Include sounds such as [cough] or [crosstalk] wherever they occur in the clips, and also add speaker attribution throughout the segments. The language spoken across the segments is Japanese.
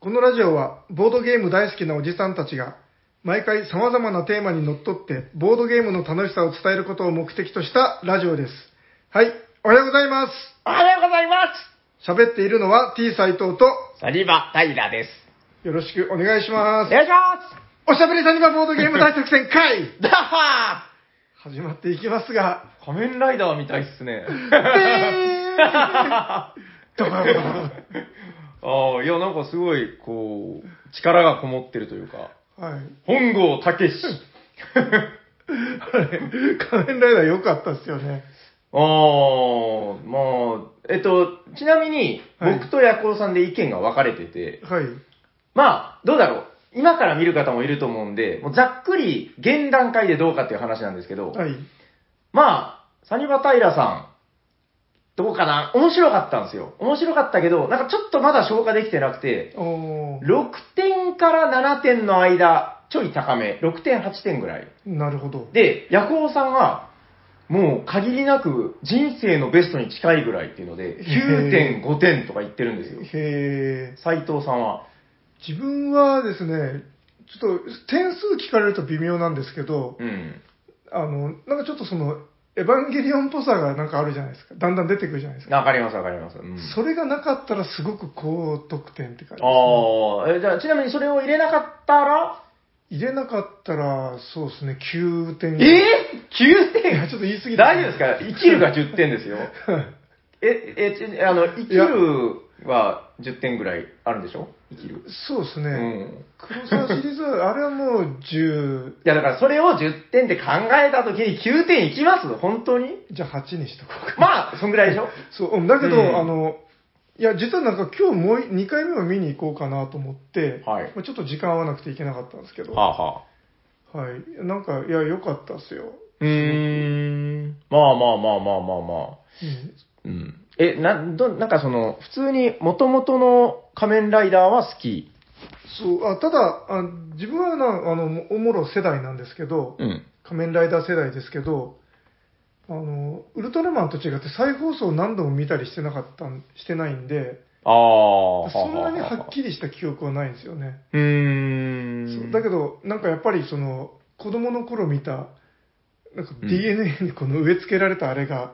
Speaker 1: このラジオはボードゲーム大好きなおじさんたちが毎回様々なテーマにのっとってボードゲームの楽しさを伝えることを目的としたラジオです。はい、おはようございます。
Speaker 2: おはようございます
Speaker 1: 喋っているのは T 斎藤と
Speaker 2: サニバ・タイラです。
Speaker 1: よろしくお願いしま
Speaker 2: お
Speaker 1: す。
Speaker 2: 願いし
Speaker 1: お
Speaker 2: ます
Speaker 1: しゃべりさんにはボードゲーム大作戦会
Speaker 2: ダッハ
Speaker 1: 始まっていきますが、
Speaker 2: ー仮面ライダーみたいっす [laughs] ね。
Speaker 1: でーん
Speaker 2: あ
Speaker 1: ドバドバドバ
Speaker 2: あ、いや、なんかすごい、こう、力がこもってるというか、
Speaker 1: はい。
Speaker 2: 本郷武 [laughs] 史。
Speaker 1: あれ、仮面ライダー良かったっすよね。
Speaker 2: ああ、まあ、えっと、ちなみに、
Speaker 1: はい
Speaker 2: 僕とヤコウさんで意見が分かれてて、
Speaker 1: はい。
Speaker 2: まあ、どうだろう。今から見る方もいると思うんで、もうざっくり、現段階でどうかっていう話なんですけど、
Speaker 1: はい。
Speaker 2: まあ、サニバタイラさん、どうかな面白かったんですよ。面白かったけど、なんかちょっとまだ消化できてなくて、
Speaker 1: おー
Speaker 2: 6点から7点の間、ちょい高め、6点、8点ぐらい。
Speaker 1: なるほど。
Speaker 2: で、ヤコウさんは、もう限りなく人生のベストに近いぐらいっていうので、
Speaker 1: へ
Speaker 2: 9.5点とか言ってるんですよ。
Speaker 1: へえ。
Speaker 2: 斎藤さんは。
Speaker 1: 自分はですね、ちょっと点数聞かれると微妙なんですけど、
Speaker 2: うん。
Speaker 1: あの、なんかちょっとその、エヴァンゲリオンっぽさがなんかあるじゃないですか。だんだん出てくるじゃないですか。
Speaker 2: わかりますわかります。うん、
Speaker 1: それがなかったらすごく高得点って感じ。
Speaker 2: ああ、えじゃあちなみにそれを入れなかったら、
Speaker 1: 入れなかったら、そうですね、9点。
Speaker 2: えー、?9
Speaker 1: い
Speaker 2: 点
Speaker 1: やちょっと言い過ぎた
Speaker 2: 大丈夫ですか生きるが10点ですよ。 [laughs] え、えち、あの、生きるは10点ぐらいあるんでしょ生きる。
Speaker 1: [laughs] そうですね。
Speaker 2: うん。
Speaker 1: 黒沢シリーズは、あれはもう10、
Speaker 2: いや、だからそれを10点で考えたときに9点いきます本当 [laughs] に
Speaker 1: じゃあ8にしとこうか。
Speaker 2: まあ、そんぐらいでしょ
Speaker 1: そう、うんだけど、
Speaker 2: うん
Speaker 1: あの、いや、実はなんか今日もう2回目を見に行こうかなと思って、
Speaker 2: はい
Speaker 1: まあちょっと時間合わなくて行けなかったんですけど、
Speaker 2: はあはあ。
Speaker 1: はい。なんか、いや、良かったっすよ。
Speaker 2: うーん。まあまあまあまあまあまあ。
Speaker 1: うん
Speaker 2: うん。え、な、ど、なんかその、普通に元々の仮面ライダーは好き。
Speaker 1: そう、あただあ、自分はな、あの、おもろ世代なんですけど、
Speaker 2: うん。
Speaker 1: 仮面ライダー世代ですけど、あの、ウルトラマンと違って再放送何度も見たりしてなかったん、してないんで、
Speaker 2: ああ。
Speaker 1: そんなにはっ
Speaker 2: り。
Speaker 1: きりした記憶はないんですよね。
Speaker 2: うーん。
Speaker 1: そうだけど、なんかやっぱりその、子供の頃見た、なんか
Speaker 2: うん
Speaker 1: DNA にこの植え付けられたあれが、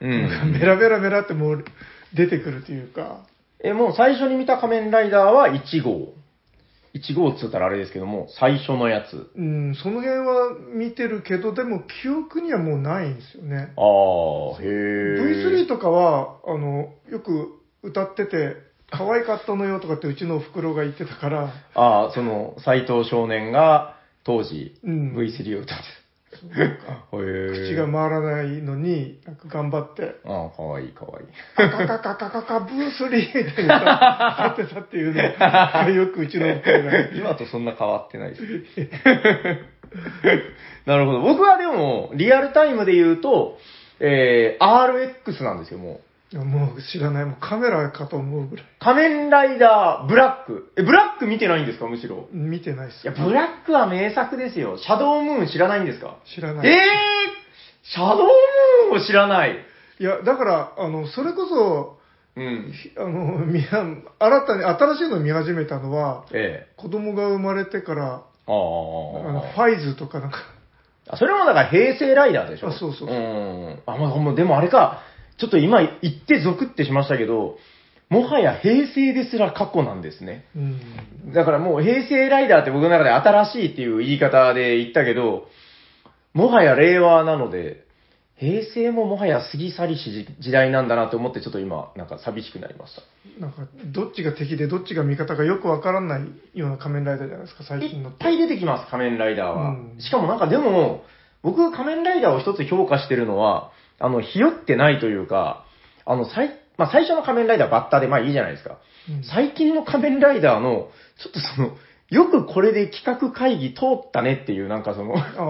Speaker 2: う
Speaker 1: なん
Speaker 2: ん
Speaker 1: かメ。ラメラメラってもう出てくるというか、
Speaker 2: え、もう最初に見た仮面ライダーは1号。1号っつったらあれですけども、最初のやつ。
Speaker 1: うん、その辺は見てるけど、でも記憶にはもうないんですよね。
Speaker 2: ああ、へえ。
Speaker 1: V3 とかは、あの、よく歌ってて、可愛かったのよとかってうちのお袋が言ってたから、
Speaker 2: ああ、その、斎藤少年が当時、
Speaker 1: うん、
Speaker 2: V3 を歌って
Speaker 1: そうなんか
Speaker 2: た。へえ。
Speaker 1: 口が回らないのに、なんか頑張って、
Speaker 2: ああ、かわいいかわいい。
Speaker 1: カカカカカカブースリーみたいな歌ってたっていうのがよくうちのおふくろが。 [laughs]
Speaker 2: 今とそんな変わってないです。 [laughs] なるほど。僕はでも、リアルタイムで言うと、えー、RX なんですよ、も
Speaker 1: い
Speaker 2: う。
Speaker 1: やもう知らない、もうカメラかと思うぐらい。
Speaker 2: 仮面ライダー、ブラック。え、ブラック見てないんですか、むしろ。
Speaker 1: 見てないっ
Speaker 2: い
Speaker 1: す
Speaker 2: や、
Speaker 1: よ。
Speaker 2: ブラックは名作ですよ。シャドームーン知らないんですか、
Speaker 1: 知らな
Speaker 2: え
Speaker 1: い。
Speaker 2: ー、シャドームーンを知らない。
Speaker 1: いや、だから、あの、それこそ、
Speaker 2: うん。
Speaker 1: ひあの、みや、新たに、新しいの見始めたのは、
Speaker 2: ええ。
Speaker 1: 子供が生まれてから、
Speaker 2: あ
Speaker 1: あの、
Speaker 2: あ
Speaker 1: ファイズとかなんか、
Speaker 2: あ。それもだから平成ライダーでしょ
Speaker 1: あそうそうそう
Speaker 2: うん。あ、まあ、もうでもあれか、ちょっと今言ってゾクってしましたけど、もはや平成ですら過去なんですね。
Speaker 1: うん。
Speaker 2: だからもう平成ライダーって僕の中で新しいっていう言い方で言ったけど、もはや令和なので、平成ももはや過ぎ去りし時代なんだなと思ってちょっと今、なんか寂しくなりました。
Speaker 1: なんか、どっちが敵でどっちが味方かよくわからないような仮面ライダーじゃないですか、最近
Speaker 2: い
Speaker 1: の
Speaker 2: っ
Speaker 1: って。
Speaker 2: ぱい出てきます、仮面ライダーは。
Speaker 1: うん
Speaker 2: しかもなんかでも、僕仮面ライダーを一つ評価してるのは、あの、ひよってないというか、あの、最、まあ最初の仮面ライダーバッターでまあいいじゃないですか。
Speaker 1: うん
Speaker 2: 最近の仮面ライダーの、ちょっとその、よくこれで企画会議通ったねっていう、なんかその、
Speaker 1: あ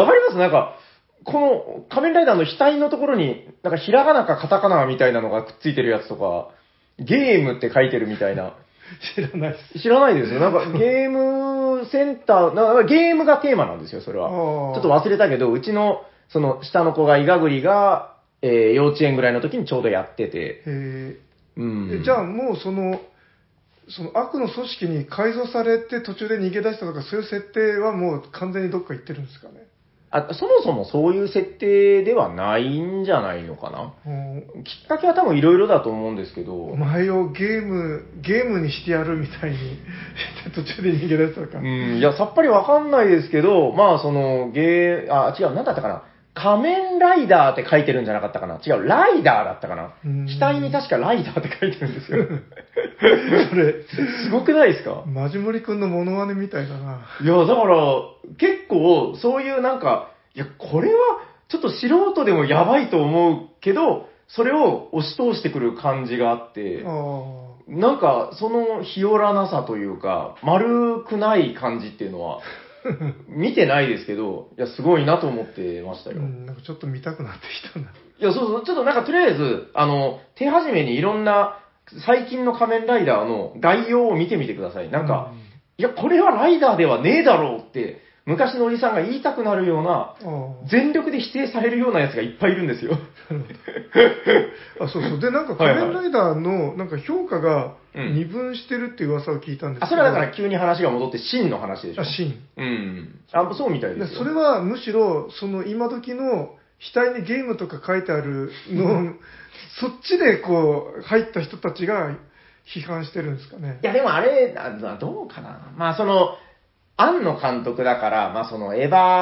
Speaker 2: わかりますなんか、この仮面ライダーの額のところに、なんかひらがなかカタカナみたいなのがくっついてるやつとか、ゲームって書いてるみたいな。
Speaker 1: あ、知らないっす。
Speaker 2: 知らないですよ。な
Speaker 1: [laughs]
Speaker 2: んかゲームセンター、なんかゲームがテーマなんですよ、それ
Speaker 1: あ
Speaker 2: は。
Speaker 1: あ
Speaker 2: ちょっと忘れたけど、うちの、その下の子が、イガグリが、えー幼稚園ぐらいの時にちょうどやってて。
Speaker 1: へ
Speaker 2: う
Speaker 1: え
Speaker 2: ん。
Speaker 1: じゃあもうその、その悪の組織に改造されて途中で逃げ出したとか、そういう設定はもう完全にどっか行ってるんですかね。
Speaker 2: あ、そもそもそういう設定ではないんじゃないのかな。
Speaker 1: うん
Speaker 2: きっかけは多分いろいろだと思うんですけど、
Speaker 1: お前をゲーム、ゲームにしてやるみたいに、 [laughs] 途中で逃げ出したとか。
Speaker 2: うん、いや、さっぱりわかんないですけど、まあ、その、ゲー、あ、違う、なんだったかな。仮面ライダーって書いてるんじゃなかったかな。違う、ライダーだったかな
Speaker 1: うん。
Speaker 2: 機体に確かライダーって書いてるんですよ。
Speaker 1: [laughs] それ、
Speaker 2: すごくないですか
Speaker 1: マジモリ君のモノマネみたいだな。
Speaker 2: いや、だから、結構、そういうなんか、いや、これは、ちょっと素人でもやばいと思うけど、それを押し通してくる感じがあって
Speaker 1: あ、あ。
Speaker 2: なんか、その、ひよらなさというか、丸くない感じっていうの
Speaker 1: [laughs]
Speaker 2: は、見てないですけど、いや、すごいなと思ってました
Speaker 1: う
Speaker 2: よ。
Speaker 1: ん、なんかちょっと見たくなってきたな。
Speaker 2: いや、そうそう、ちょっとなんか、とりあえず、あの、手始めにいろんな、最近の仮面ライダーの概要を見てみてください。なんか、いや、これはライダーではねえだろうって、昔のおじさんが言いたくなるような、
Speaker 1: うん、あ
Speaker 2: 全力で否定されるようなやつがいっぱいいるんですよ。
Speaker 1: あ。あ、そうそう。で、なんか
Speaker 2: はい
Speaker 1: 仮
Speaker 2: はい
Speaker 1: 面ライダーの、なんか評価が
Speaker 2: うん
Speaker 1: 二分してるって噂を聞いたんです
Speaker 2: あ、それはだから急に話が戻って、真の話でしょ
Speaker 1: あ、。シーン。
Speaker 2: うん。あ、そうみたいで
Speaker 1: です
Speaker 2: よ。
Speaker 1: それはむしろ、その今時の額にゲームとか書いてあるの [laughs] を、そっちでこう、入った人たちが批判してるんですかね
Speaker 2: い。や、でもあれ、あなどうかな。まあ、その、庵野監督だから、まあ、その、エヴァ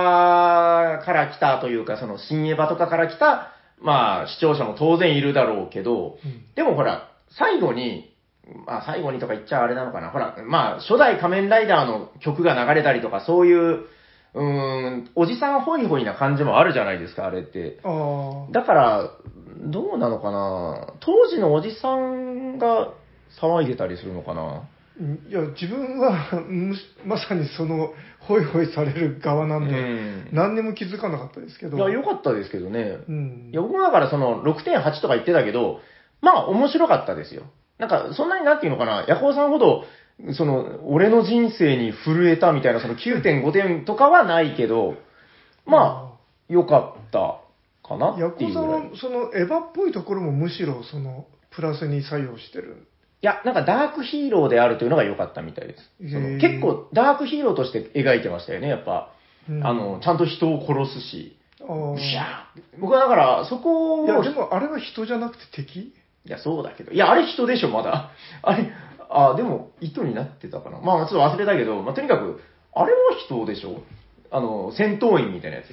Speaker 2: から来たというか、その、新エヴァとかから来た、まあ、視聴者も当然いるだろうけど、
Speaker 1: うん
Speaker 2: でもほら、最後に、まあ、最後にとか言っちゃあれなのかな。ほら、まあ、初代仮面ライダーの曲が流れたりとか、そういう、うーん、おじさんホイホイな感じもあるじゃないですか、あれって。
Speaker 1: ああ。
Speaker 2: だから、どうなのかな当時のおじさんが騒いでたりするのかない
Speaker 1: や、自分は、むしまさにその、ホイホイされる側なんで、
Speaker 2: うん
Speaker 1: 何にも気づかなかったですけど。
Speaker 2: いや、良かったですけどね。
Speaker 1: うん
Speaker 2: いや、。僕もだからその6.8とか言ってたけど、まあ面白かったですよ。なんか、そんなになんていうのかな、ヤコウさんほど、その、俺の人生に震えたみたいな、その9.5点とかはないけど、まあ、良かったかな
Speaker 1: あヤ
Speaker 2: って
Speaker 1: コ
Speaker 2: いう
Speaker 1: さん
Speaker 2: ぐらい。
Speaker 1: は、その、エヴァっぽいところもむしろ、その、プラスに作用してる。
Speaker 2: いや、なんかダークヒーローであるというのが良かったみたいです。そ
Speaker 1: へ
Speaker 2: の
Speaker 1: ー
Speaker 2: 結構ダークヒーローとして描いてましたよね、やっぱ。
Speaker 1: うん
Speaker 2: あの、ちゃんと人を殺すし。
Speaker 1: ああ
Speaker 2: ブシャーって僕はだから、そこを
Speaker 1: いや、でもあれは人じゃなくて敵
Speaker 2: いや、そうだけど。いや、あれ人でしょ、まだ。あれ、あ、でも、糸になってたかな。まあ、ちょっと忘れたけど、まあ、とにかく、あれは人でしょ。あの、戦闘員みたいなやつ。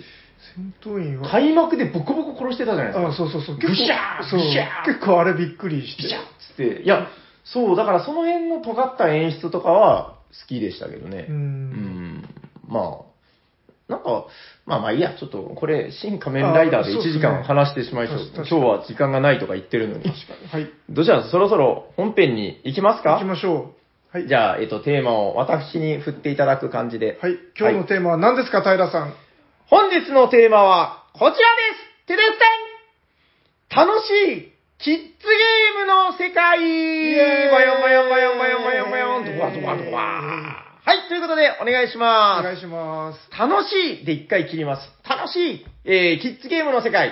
Speaker 1: 戦闘員は。
Speaker 2: 開幕でボコボコ殺してたじゃないですか。
Speaker 1: あそうそうそう。
Speaker 2: ぐしゃー
Speaker 1: そう
Speaker 2: ぐしゃー
Speaker 1: 結構あれびっくりして。
Speaker 2: ビシャッつって。いや、そう、だからその辺の尖った演出とかは好きでしたけどね。
Speaker 1: う。
Speaker 2: うんん。まあ、なんか、まあまあいいや、ちょっと、これ、新仮面ライダーで
Speaker 1: あそうで
Speaker 2: 1
Speaker 1: すね
Speaker 2: 時間話してしまいそう。
Speaker 1: 確か
Speaker 2: 今
Speaker 1: に
Speaker 2: 日は時間がないとか言ってるのに。
Speaker 1: はい。行
Speaker 2: どうしたらそろそろ本編に行きますか
Speaker 1: きましょう。はい。
Speaker 2: じゃあ、えっと、テーマを私に振っていただく感じで。
Speaker 1: はい。今日の
Speaker 2: はい
Speaker 1: テーマは何ですか、平さん。
Speaker 2: 本日のテーマは、こちらですてでってん楽しいキッズゲームの世界
Speaker 1: エーイ
Speaker 2: バヨンバヨンバヨンバヨンバヨンバヨンドワドワドワはい、ということで、お願いし
Speaker 1: お
Speaker 2: ま
Speaker 1: 願い
Speaker 2: す。
Speaker 1: します。
Speaker 2: 楽しいで一回切ります。楽しい、えー、キッズゲームの世界。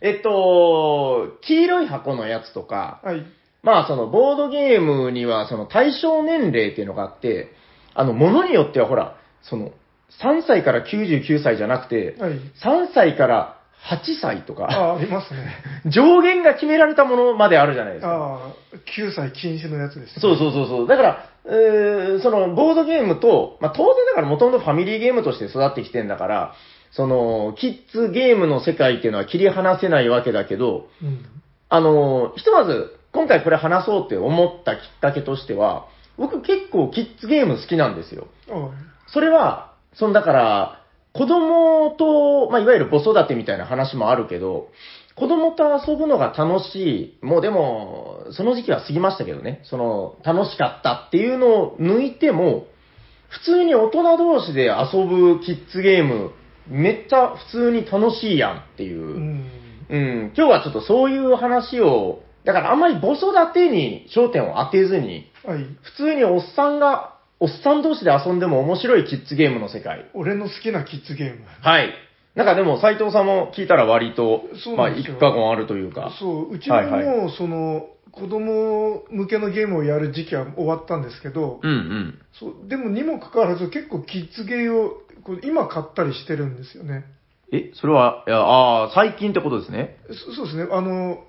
Speaker 2: えっと、黄色い箱のやつとか、
Speaker 1: はい。
Speaker 2: まあそのボードゲームにはその対象年齢っていうのがあって、あの、ものによってはほら、その、3歳から99歳じゃなくて、
Speaker 1: はい。
Speaker 2: 3歳から8歳とか、
Speaker 1: あ、ありますね。
Speaker 2: 上限が決められたものまであるじゃないですか。
Speaker 1: ああ、9歳禁止のやつです、ね。
Speaker 2: そうそうそうそう。だから、えーその、ボードゲームと、まあ当然だからもともとファミリーゲームとして育ってきてんだから、その、キッズゲームの世界っていうのは切り離せないわけだけど、
Speaker 1: うん。
Speaker 2: あの、ひとまず、今回これ話そうって思ったきっかけとしては、僕結構キッズゲーム好きなんですよ。
Speaker 1: あ
Speaker 2: それは、そのだから、子供と、まあ、いわゆる子育てみたいな話もあるけど、子供と遊ぶのが楽しい。もうでも、その時期は過ぎましたけどね。その、楽しかったっていうのを抜いても、普通に大人同士で遊ぶキッズゲーム、めっちゃ普通に楽しいやんってい
Speaker 1: あ
Speaker 2: う。
Speaker 1: うん。
Speaker 2: うん、今日はちょっとそういう話を、だからあんまり子育てに焦点を当てずに、
Speaker 1: はい。
Speaker 2: 普通におっさんが、おっさん同士で遊んでも面白いキッズゲームの世界。
Speaker 1: 俺の好きなキッズゲーム。
Speaker 2: はい。なんかでも斎藤さんも聞いたら割と
Speaker 1: そ、う
Speaker 2: ま
Speaker 1: な
Speaker 2: あ
Speaker 1: んですよ
Speaker 2: 一過言あるというか。
Speaker 1: そう、うちももう、
Speaker 2: はいは
Speaker 1: その、子供向けのゲームをやる時期は終わったんですけど、
Speaker 2: うんうん。
Speaker 1: そうでもにもかかわらず結構キッズゲーをこう今買ったりしてるんですよね。
Speaker 2: え、それは、いや、ああ、最近ってことですね。
Speaker 1: そそうですね、あの、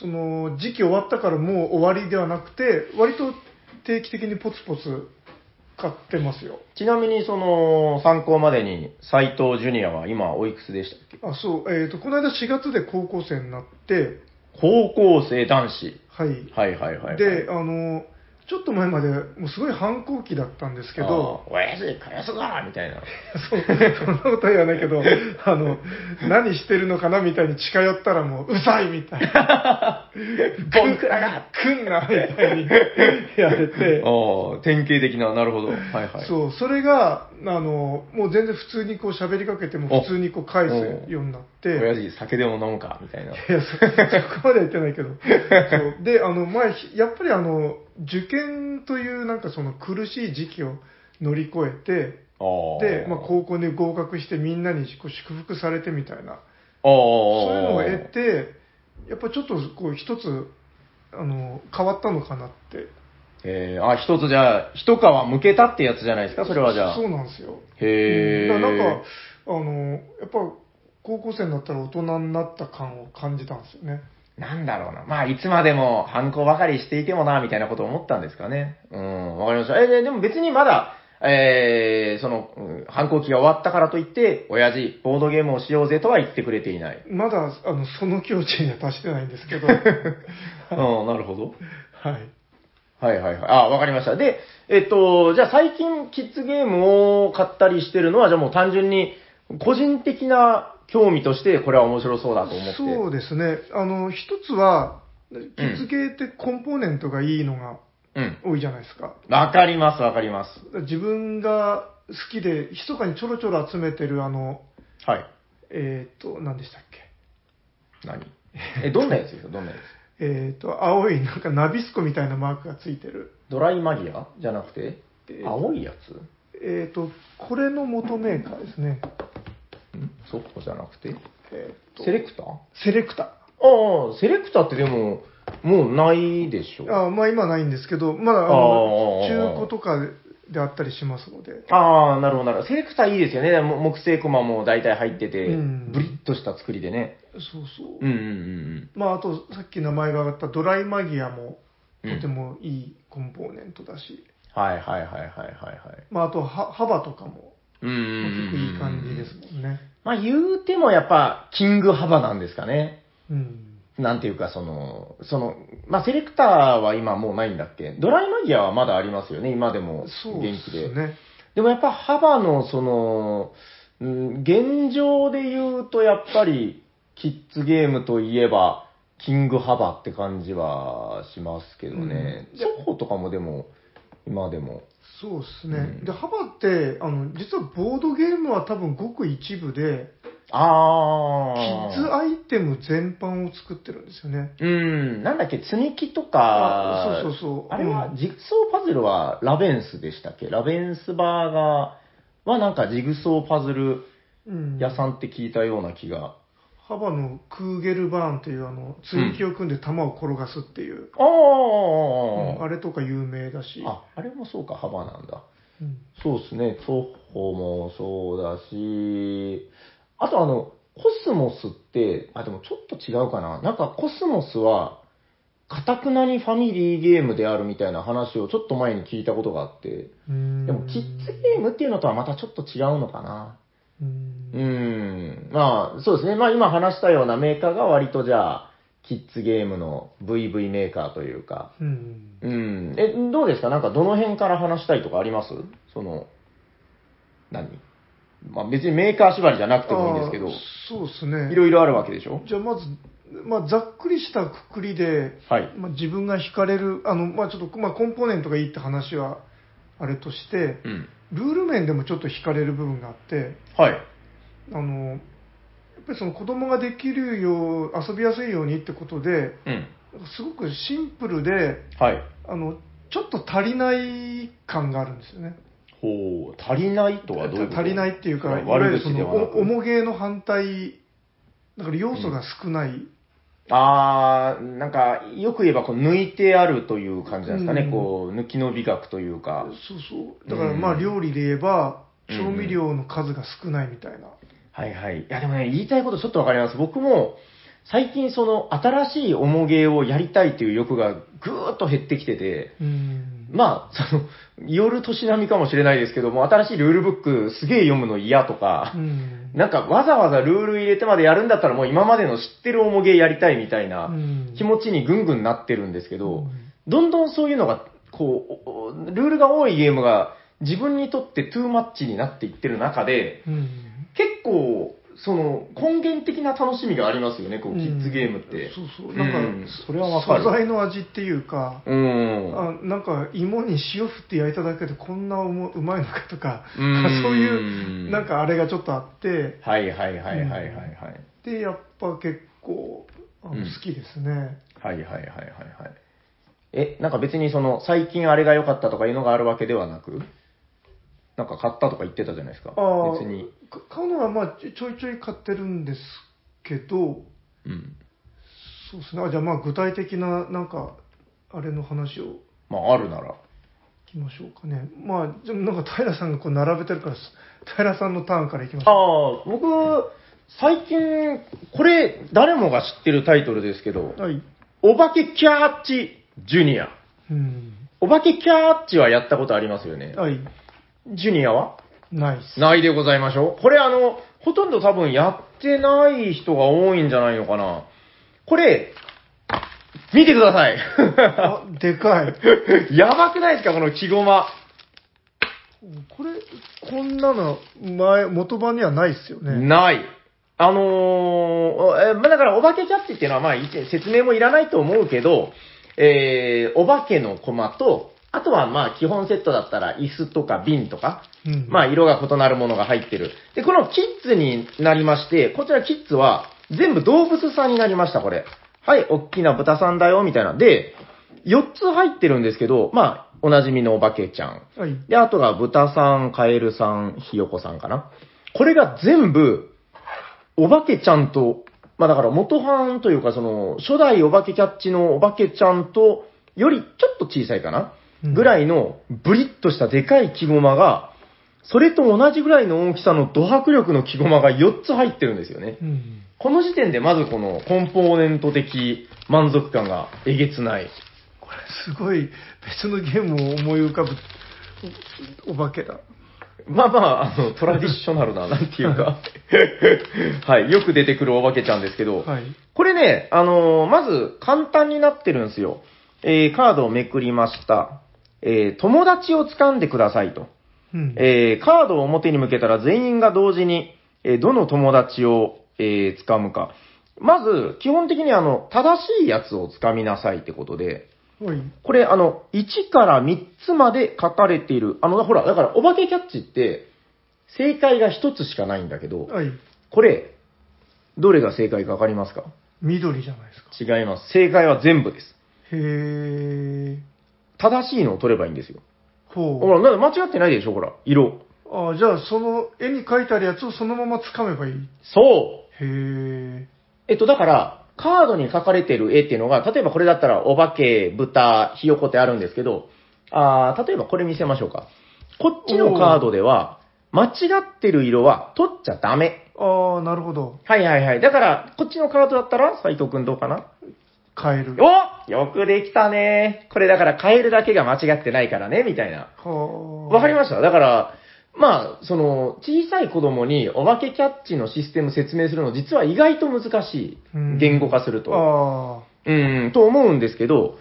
Speaker 1: その時期終わったからもう終わりではなくて、割と定期的にポツポツ買ってますよ。
Speaker 2: ちなみに、その、参考までに、斎藤ジュニアは今、おいくつでしたっけ
Speaker 1: あ、そう、えっ、と、この間4月で高校生になって、
Speaker 2: 高校生男子。
Speaker 1: はい。
Speaker 2: はいはいはいはい。
Speaker 1: で、、あの、ちょっと前まで、もうすごい反抗期だったんですけど、
Speaker 2: ああ、親父殺すぞみたい [laughs] な。
Speaker 1: そうそんなことは言わないけど、あの、何してるのかなみたいに近寄ったらもう、うざいみたいな。
Speaker 2: ボンクラが
Speaker 1: 来んなみたいに言われて、
Speaker 2: [laughs] ああ、典型的な、なるほど。はいはい。
Speaker 1: そう、それが、あの、もう全然普通にこう喋りかけても普通にこう返すようになって、い
Speaker 2: 親父、酒でも飲むかみたいな。
Speaker 1: や、そ、そ [laughs] こまでは言ってないけど。そうで、あの、前、ひやっぱりあの、受験というなんかその苦しい時期を乗り越えて、
Speaker 2: ああ。
Speaker 1: で、まあ、高校に合格してみんなにこう祝福されてみたいな、
Speaker 2: ああ。
Speaker 1: そういうのを得て、やっぱちょっとこう一つ、あの、変わったのかなって。
Speaker 2: えー、あ、一つじゃあ、一皮むけたってやつじゃないですか、それはじゃあ。
Speaker 1: そうなんですよ。
Speaker 2: へえ。
Speaker 1: だからなんか、あの、やっぱ高校生になったら大人になった感を感じたんですよね。
Speaker 2: なんだろうな。まあ、いつまでも反抗ばかりしていてもな、みたいなことを思ったんですかね。うん、わかりました。えーででも別にまだ、えー、その、うん反抗期が終わったからといって、親父、ボードゲームをしようぜとは言ってくれていない。
Speaker 1: まだ、あの、その境地には達してないんです [laughs] けど。は
Speaker 2: うん、なるほど。
Speaker 1: い。
Speaker 2: はいはいはい。あ、わかりました。で、えっと、じゃあ最近キッズゲームを買ったりしてるのは、じゃあもう単純に個人的な興味として、これは面白そうだと思って。
Speaker 1: そうですね。あの、一つは、キッズ系ってコンポーネントがいいのが
Speaker 2: うん。
Speaker 1: 多いじゃないですか。
Speaker 2: わかりますわかります。
Speaker 1: 自分が好きで、密かにちょろちょろ集めてるあの、
Speaker 2: はい。
Speaker 1: えっ、と、何でしたっけ
Speaker 2: 何え、どんなやつですかどんなやつ
Speaker 1: えっ、と、青い、なんかナビスコみたいなマークがついてる。
Speaker 2: ドライマギアじゃなくて
Speaker 1: え、ー
Speaker 2: 青いやつ
Speaker 1: えっ、と、これの元メーカーですね。
Speaker 2: んそこじゃなくて
Speaker 1: えーと
Speaker 2: セレクターあ
Speaker 1: セレクタ
Speaker 2: あ、セレクターってでも、もうないでしょ
Speaker 1: ー。あーまあ今ないんですけど、まだあの
Speaker 2: あー
Speaker 1: 中古とかであったりしますので。
Speaker 2: ああ、なるほど、なるほど。セレクターいいですよね。も木製コマも大体入ってて、
Speaker 1: うん
Speaker 2: ブリッとした作りでね。
Speaker 1: そうそう。
Speaker 2: うんうんうん
Speaker 1: まああと、さっき名前が上がったドライマギアも、
Speaker 2: うん
Speaker 1: とてもいいコンポーネントだし、
Speaker 2: うん。はいはいはいはいはいはい。
Speaker 1: まああとは、幅とかも、
Speaker 2: うんうん
Speaker 1: まあ
Speaker 2: うん
Speaker 1: 結構
Speaker 2: うん。
Speaker 1: いい感じですもんね。
Speaker 2: まあ言うてもやっぱ、キング幅なんですかね。
Speaker 1: うん。
Speaker 2: なんていうか、その、その、まあセレクターは今もうないんだっけドライマギアはまだありますよね。今でも
Speaker 1: そう
Speaker 2: 元
Speaker 1: で
Speaker 2: 気で。
Speaker 1: すね。
Speaker 2: でもやっぱ幅のその、うん現状で言うとやっぱり、キッズゲームといえば、キング幅って感じはしますけどね
Speaker 1: う。ん
Speaker 2: ソホとかもでも、今でも。
Speaker 1: そうですね。
Speaker 2: うん
Speaker 1: で、幅って、あの、実はボードゲームは多分ごく一部で、キ
Speaker 2: あー。
Speaker 1: ッズアイテム全般を作ってるんですよね。
Speaker 2: うん、なんだっけ、積み木とか、
Speaker 1: そうそうそう。
Speaker 2: あれは、
Speaker 1: うん
Speaker 2: ジグソーパズルはラベンスでしたっけラベンスバーガーはなんかジグソーパズル
Speaker 1: うん、
Speaker 2: 屋さんって聞いたような気が。
Speaker 1: 幅のクーゲルバーンっていうあの、追記を組んで弾を転がすっていう、
Speaker 2: あー、
Speaker 1: うんあれとか有名だし、
Speaker 2: あ、あれもそうか、幅なんだ。
Speaker 1: うん
Speaker 2: そうですね、トッホもそうだし、あとあの、コスモスって、あ、でもちょっと違うかな。なんかコスモスは、かたくなにファミリーゲームであるみたいな話をちょっと前に聞いたことがあって、
Speaker 1: うん
Speaker 2: でもキッズゲームっていうのとはまたちょっと違うのかな。
Speaker 1: う
Speaker 2: うんん。まあ、そうですね。まあ今話したようなメーカーが割とじゃあ、キッズゲームの VV メーカーというか。
Speaker 1: うん
Speaker 2: うん。え、どうですかなんかどの辺から話したいとかありますその、何まあ別にメーカー縛りじゃなくてもいいんですけ
Speaker 1: あー
Speaker 2: ど、
Speaker 1: そうですね。
Speaker 2: いろいろあるわけでしょ
Speaker 1: じゃあまず、まあ、ざっくりしたくくりで、
Speaker 2: はい。
Speaker 1: まあ、自分が惹かれる、あの、まあ、ちょっと、まあ、コンポーネントがいいって話は、あれとして、
Speaker 2: うん。
Speaker 1: ルール面でもちょっと惹かれる部分があって、
Speaker 2: はい。
Speaker 1: あの、やっぱりその子供ができるよう、遊びやすいようにってことで、
Speaker 2: うん。
Speaker 1: すごくシンプルで、
Speaker 2: はい。
Speaker 1: あの、ちょっと足りない感があるんですよね。
Speaker 2: ほおー足りないとはどういうこと
Speaker 1: 足りないっていうか、いわゆ
Speaker 2: 悪
Speaker 1: るそ
Speaker 2: 口で
Speaker 1: の
Speaker 2: はな
Speaker 1: お
Speaker 2: く。
Speaker 1: 重げの反対、だから要素が少ない。
Speaker 2: あー、なんか、よく言えばこう抜いてあるという感じなんですかね。
Speaker 1: うん
Speaker 2: こう、抜きの美学というか。
Speaker 1: そうそう。だから
Speaker 2: うん
Speaker 1: まあ料理で言えば、
Speaker 2: うん
Speaker 1: 調味料の数が少ないみたいな。
Speaker 2: はいはい。いやでもね、言いたいことちょっとわかります。僕も、最近その、新しい面芸をやりたいという欲がぐーっと減ってきてて、
Speaker 1: うん。
Speaker 2: まあ、その、夜年並みかもしれないですけども、新しいルールブックすげえ読むの嫌とか
Speaker 1: う、ん。
Speaker 2: なんかわざわざルール入れてまでやるんだったらもう今までの知ってる面芸やりたいみたいな
Speaker 1: うん
Speaker 2: 気持ちにぐんぐんなってるんですけ
Speaker 1: う
Speaker 2: ど
Speaker 1: ん、
Speaker 2: どんどんそういうのが、こうお、おルールが多いゲームが自分にとってトゥーマッチになっていってる中で、
Speaker 1: うん
Speaker 2: 結構、その、根源的な楽しみがありますよね、こう、キッズゲームって。
Speaker 1: そうそうう。
Speaker 2: ん
Speaker 1: なんか、
Speaker 2: それはわかる
Speaker 1: 素材の味っていうか、
Speaker 2: うん。
Speaker 1: あなんか芋に塩振って焼いただけでこんなおもうまいのかとか、
Speaker 2: うん
Speaker 1: そういうなんかあれがちょっとあって、
Speaker 2: はいはいはいはいはいはい。
Speaker 1: で、やっぱ結構あの
Speaker 2: うん
Speaker 1: 好きですね。
Speaker 2: はいはいはいはいはい。え、なんか別にその、最近あれが良かったとかいうのがあるわけではなく、なんか買ったとか言ってたじゃないですか。
Speaker 1: ああ
Speaker 2: 別に。
Speaker 1: か買うのはまあちょちょいちょい買ってるんですけど、
Speaker 2: うん。
Speaker 1: そうですね。あじゃあまあ具体的ななんかあれの話を
Speaker 2: まあ、あるな
Speaker 1: い
Speaker 2: ら。
Speaker 1: きましょうかね。まあでもなんか平さんがこう並べてるからす平さんのターンからいきましょう。
Speaker 2: ああ、僕、最近、これ、誰もが知ってるタイトルですけど、
Speaker 1: はい。
Speaker 2: お化けキャッチジュニア。
Speaker 1: うん。
Speaker 2: お化けキャッチはやったことありますよね。
Speaker 1: はい。
Speaker 2: ジュニアは
Speaker 1: ナイ
Speaker 2: [laughs]
Speaker 1: ス。
Speaker 2: ないでございましょう。これあの、ほとんど多分やってない人が多いんじゃないのかな。これ、見てください。 [laughs]
Speaker 1: あ、でかい。
Speaker 2: やばくないですかこの木駒。
Speaker 1: これ、こんなの、前、元版にはないっすよね。
Speaker 2: ない。あのーおえーまあだから、お化けキャッチっていうのは、まあ、い説明もいらないと思うけど、えー、お化けの駒と、あとは、まあ、基本セットだったら、椅子とか瓶とか、
Speaker 1: うん
Speaker 2: まあ、色が異なるものが入ってる。で、このキッズになりまして、こちらキッズは、全部動物さんになりました、これ。はい、おっきな豚さんだよ、みたいな。で、4つ入ってるんですけど、まあ、おなじみのお化けちゃん。
Speaker 1: はい。
Speaker 2: で、あとが豚さん、カエルさん、ひよこさんかな。これが全部、お化けちゃんと、まあだから元版というかその、初代お化けキャッチのお化けちゃんと、よりちょっと小さいかな、
Speaker 1: うん
Speaker 2: ぐらいの、ブリッとしたでかい木駒が、それと同じぐらいの大きさのド迫力の木駒が4つ入ってるんですよね。
Speaker 1: うん。
Speaker 2: この時点でまずこのコンポーネント的満足感がえげつない。
Speaker 1: これ、すごい、別のゲームを思い浮かぶ、おお化けだ。
Speaker 2: まあまあ、あの、トラディショナルな、なんていうか。 [laughs] はい。よく出てくるお化けちゃんですけど、
Speaker 1: はい。
Speaker 2: これね、あのーまず、簡単になってるんですよ。えーカードをめくりました。えー友達を掴んでくださいと。
Speaker 1: うん。
Speaker 2: えーカードを表に向けたら全員が同時に、えーどの友達を、えー掴むか。まず、基本的にあの、正しいやつを掴みなさいってことで、
Speaker 1: はい。
Speaker 2: これ、あの、1から3つまで書かれている。あの、ほら、だから、お化けキャッチって、正解が1つしかないんだけど、
Speaker 1: はい。
Speaker 2: これ、どれが正解かわかりますか
Speaker 1: 緑じゃないですか。
Speaker 2: 違います。正解は全部です。
Speaker 1: へー。
Speaker 2: 正しいのを取ればいいんですよ。ほ
Speaker 1: ほう。
Speaker 2: ら、なんで間違ってないでしょ、ほら、色。
Speaker 1: あ、じゃあ、その絵に描いてあるやつをそのまま掴めばいい。
Speaker 2: そう
Speaker 1: へー。
Speaker 2: えっと、だから、カードに書かれてる絵っていうのが、例えばこれだったら、お化け、豚、ひよこってあるんですけど、あー例えばこれ見せましょうか。こっちのカードでは、間違ってる色は取っちゃダメ。
Speaker 1: あー、なるほど。
Speaker 2: はいはいはい。だから、こっちのカードだったら、斉藤くんどうかな
Speaker 1: カエル。は
Speaker 2: およくできたね。これだから、カエルだけが間違ってないからね、みたいな。
Speaker 1: ー。
Speaker 2: わかり
Speaker 1: ま
Speaker 2: ましただから、まあ、その、小さい子供にお化けキャッチのシステム説明するの、実は意外と難し
Speaker 1: うん
Speaker 2: い。言語化すると。
Speaker 1: あ
Speaker 2: うん、と思うんですけど、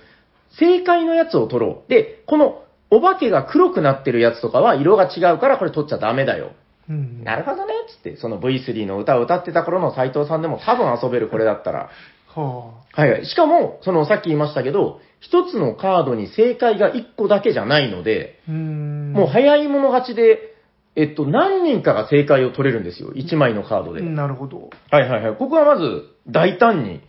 Speaker 2: 正解のやつを取ろう。で、この、お化けが黒くなってるやつとかは色が違うからこれ取っちゃダメだよ。
Speaker 1: ー。うん。
Speaker 2: なるほどねっつって、その V3 の歌を歌ってた頃の斉藤さんでも多分遊べるこれだったら。
Speaker 1: は
Speaker 2: はいはい。しかも、そのさっき言いましたけど、一つのカードに正解が一個だけじゃないので、
Speaker 1: ー。うーん。
Speaker 2: もう早い者勝ちで、えっと、何人かが正解を取れるんですよ。1枚のカードで。
Speaker 1: なるほど。
Speaker 2: はいはいはい。ここはまず、大胆に、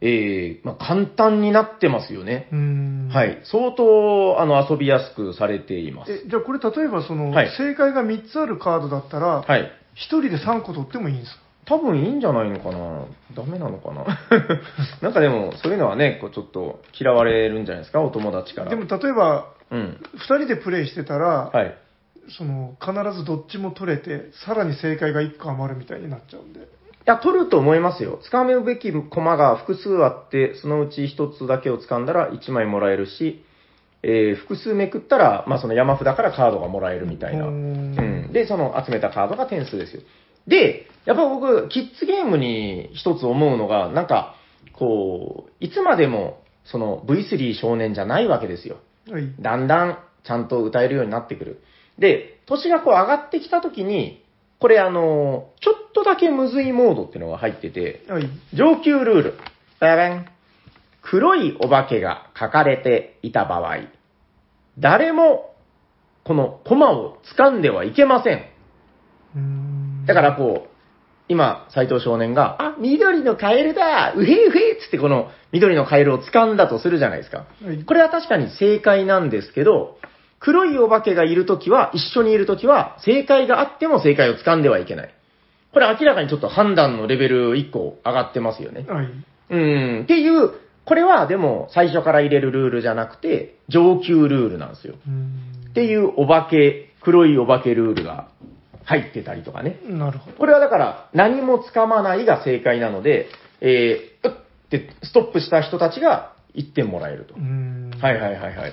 Speaker 2: えー、まあ、簡単になってますよね。
Speaker 1: うーん。
Speaker 2: は。い。相当、あの、遊びやすくされています。
Speaker 1: え、じゃあこれ例えばその、
Speaker 2: はい
Speaker 1: 正解が3つあるカードだったら、
Speaker 2: はい。
Speaker 1: 一人で3個取ってもいいんですか
Speaker 2: 多分いいんじゃないのかなダメなのかな [laughs] なんかでも、そういうのはね、こうちょっと嫌われるんじゃないですかお友達から。
Speaker 1: でも例えば、
Speaker 2: うん。
Speaker 1: 2人でプレイしてたら、
Speaker 2: はい。
Speaker 1: その、必ずどっちも取れて、さらに正解が1個余るみたいになっちゃうんで。
Speaker 2: いや、取ると思いますよ。掴むべき駒が複数あって、そのうち一つだけを掴んだら1枚もらえるし、えー複数めくったら、まあ、その山札からカードがもらえるみたいな。
Speaker 1: うー
Speaker 2: うんん。で、その集めたカードが点数ですよ。で、やっぱ僕、キッズゲームに一つ思うのが、なんか、こう、いつまでも、その V3 少年じゃないわけですよ。
Speaker 1: はい。
Speaker 2: だんだんちゃんと歌えるようになってくる。で、年がこう上がってきた時に、これあの、ちょっとだけむずいモードっていうのが入ってて、
Speaker 1: はい。
Speaker 2: 上級ルール。ババン黒いお化けが書かれていた場合、誰もこのコマを掴んではいけません。
Speaker 1: うーん
Speaker 2: だからこう、今、斎藤少年が、あ、緑のカエルだうへいうへいっつってこの緑のカエルを掴んだとするじゃないですか。
Speaker 1: はい。
Speaker 2: これは確かに正解なんですけど、黒いお化けがいるときは、一緒にいるときは、正解があっても正解を掴んではいけない。これ明らかにちょっと判断のレベル1個上がってますよね。
Speaker 1: はい。
Speaker 2: うん、っていう、これはでも最初から入れるルールじゃなくて、上級ルールなんですよ。
Speaker 1: うーん
Speaker 2: っていうお化け、黒いお化けルールが入ってたりとかね。
Speaker 1: なるほど。
Speaker 2: これはだから、何も掴まないが正解なので、えー、うっってストップした人たちが1点もらえると
Speaker 1: うー。ん
Speaker 2: はいはいはいはい。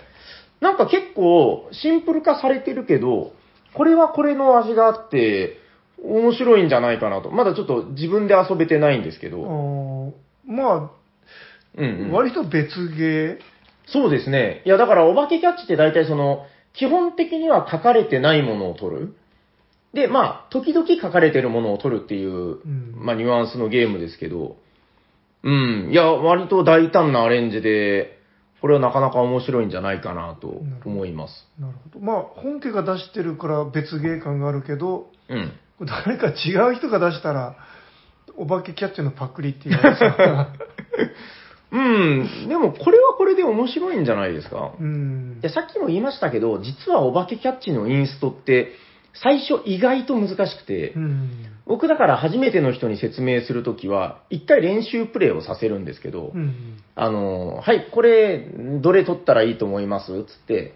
Speaker 2: なんか結構シンプル化されてるけど、これはこれの味があって、面白いんじゃないかなと。まだちょっと自分で遊べてないんですけ
Speaker 1: あ
Speaker 2: ど。
Speaker 1: ーま
Speaker 2: うん、
Speaker 1: あ、
Speaker 2: うん。
Speaker 1: 割と別ゲー。
Speaker 2: そうですね。いやだからお化けキャッチって大体その、基本的には書かれてないものを取る。で、まあ、時々書かれてるものを取るっていう
Speaker 1: う、ん
Speaker 2: まあ、ニュアンスのゲームですけど。うん。いや、割と大胆なアレンジで、これはなかなか面白いんじゃないかなと思います。
Speaker 1: なるほど。まあ、本家が出してるから別ゲー感があるけど、
Speaker 2: うん。
Speaker 1: 誰か違う人が出したら、お化けキャッチのパクリって言われそう
Speaker 2: [laughs]
Speaker 1: な。
Speaker 2: うん、でもこれはこれで面白いんじゃないですか。
Speaker 1: うん
Speaker 2: いや、。さっきも言いましたけど、実はお化けキャッチのインストって、最初意外と難しくて
Speaker 1: う、ん。
Speaker 2: 僕だから初めての人に説明するときは、一回練習プレイをさせるんですけど
Speaker 1: う、ん。
Speaker 2: あの、はい、これ、どれ取ったらいいと思いますつって、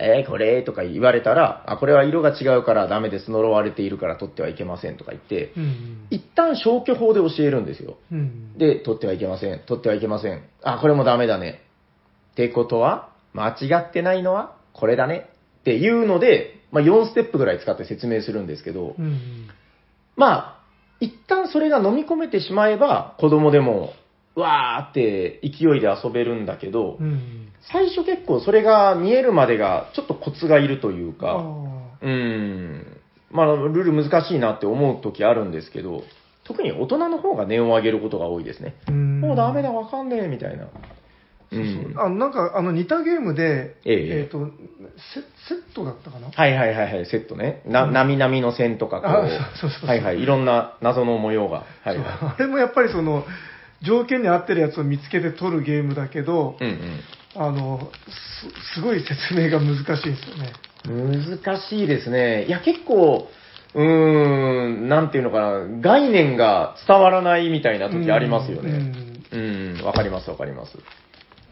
Speaker 2: えー、これとか言われたら、あ、これは色が違うからダメです、呪われているから取ってはいけませんとか言って、
Speaker 1: うん。
Speaker 2: 一旦消去法で教えるんですよ。
Speaker 1: うん。
Speaker 2: で、取ってはいけません。取ってはいけません。あ、これもダメだね。ってことは、間違ってないのは、これだね。っていうので、まあ、4ステップぐらい使って説明するんですけど、
Speaker 1: うん。
Speaker 2: まあ、一旦それが飲み込めてしまえば、子供でも、わーって勢いで遊べるんだけど
Speaker 1: う、ん。
Speaker 2: 最初結構それが見えるまでが、ちょっとコツがいるという
Speaker 1: あ
Speaker 2: か、うーん。まあ、ルール難しいなって思う時あるんですけど、特に大人の方が値を上げることが多いですね。
Speaker 1: あ。うん。
Speaker 2: もうダメだ、わかんねえ、みたいな。
Speaker 1: そうそう。
Speaker 2: ん
Speaker 1: あのなんか、あの、似たゲームで、
Speaker 2: ええ
Speaker 1: えっと、セセットだったかな
Speaker 2: はいはいはいはい、セットね。な、
Speaker 1: うん
Speaker 2: なみなみの線とか、こ
Speaker 1: あ
Speaker 2: う。
Speaker 1: そうそうそうそう
Speaker 2: はいはい、いろんな謎の模様が。
Speaker 1: そ
Speaker 2: は
Speaker 1: う
Speaker 2: い
Speaker 1: あ
Speaker 2: は
Speaker 1: れもやっぱりその、条件に合ってるやつを見つけて取るゲームだけど、
Speaker 2: い。うん
Speaker 1: あの、すすごい説明が難しいですよね。
Speaker 2: うん。難しいですね。いや、結構、うーん、なんていうのかな、概念が伝わらないみたいな時ありますよ
Speaker 1: う
Speaker 2: ね。
Speaker 1: ん
Speaker 2: うん、わかりますわかります。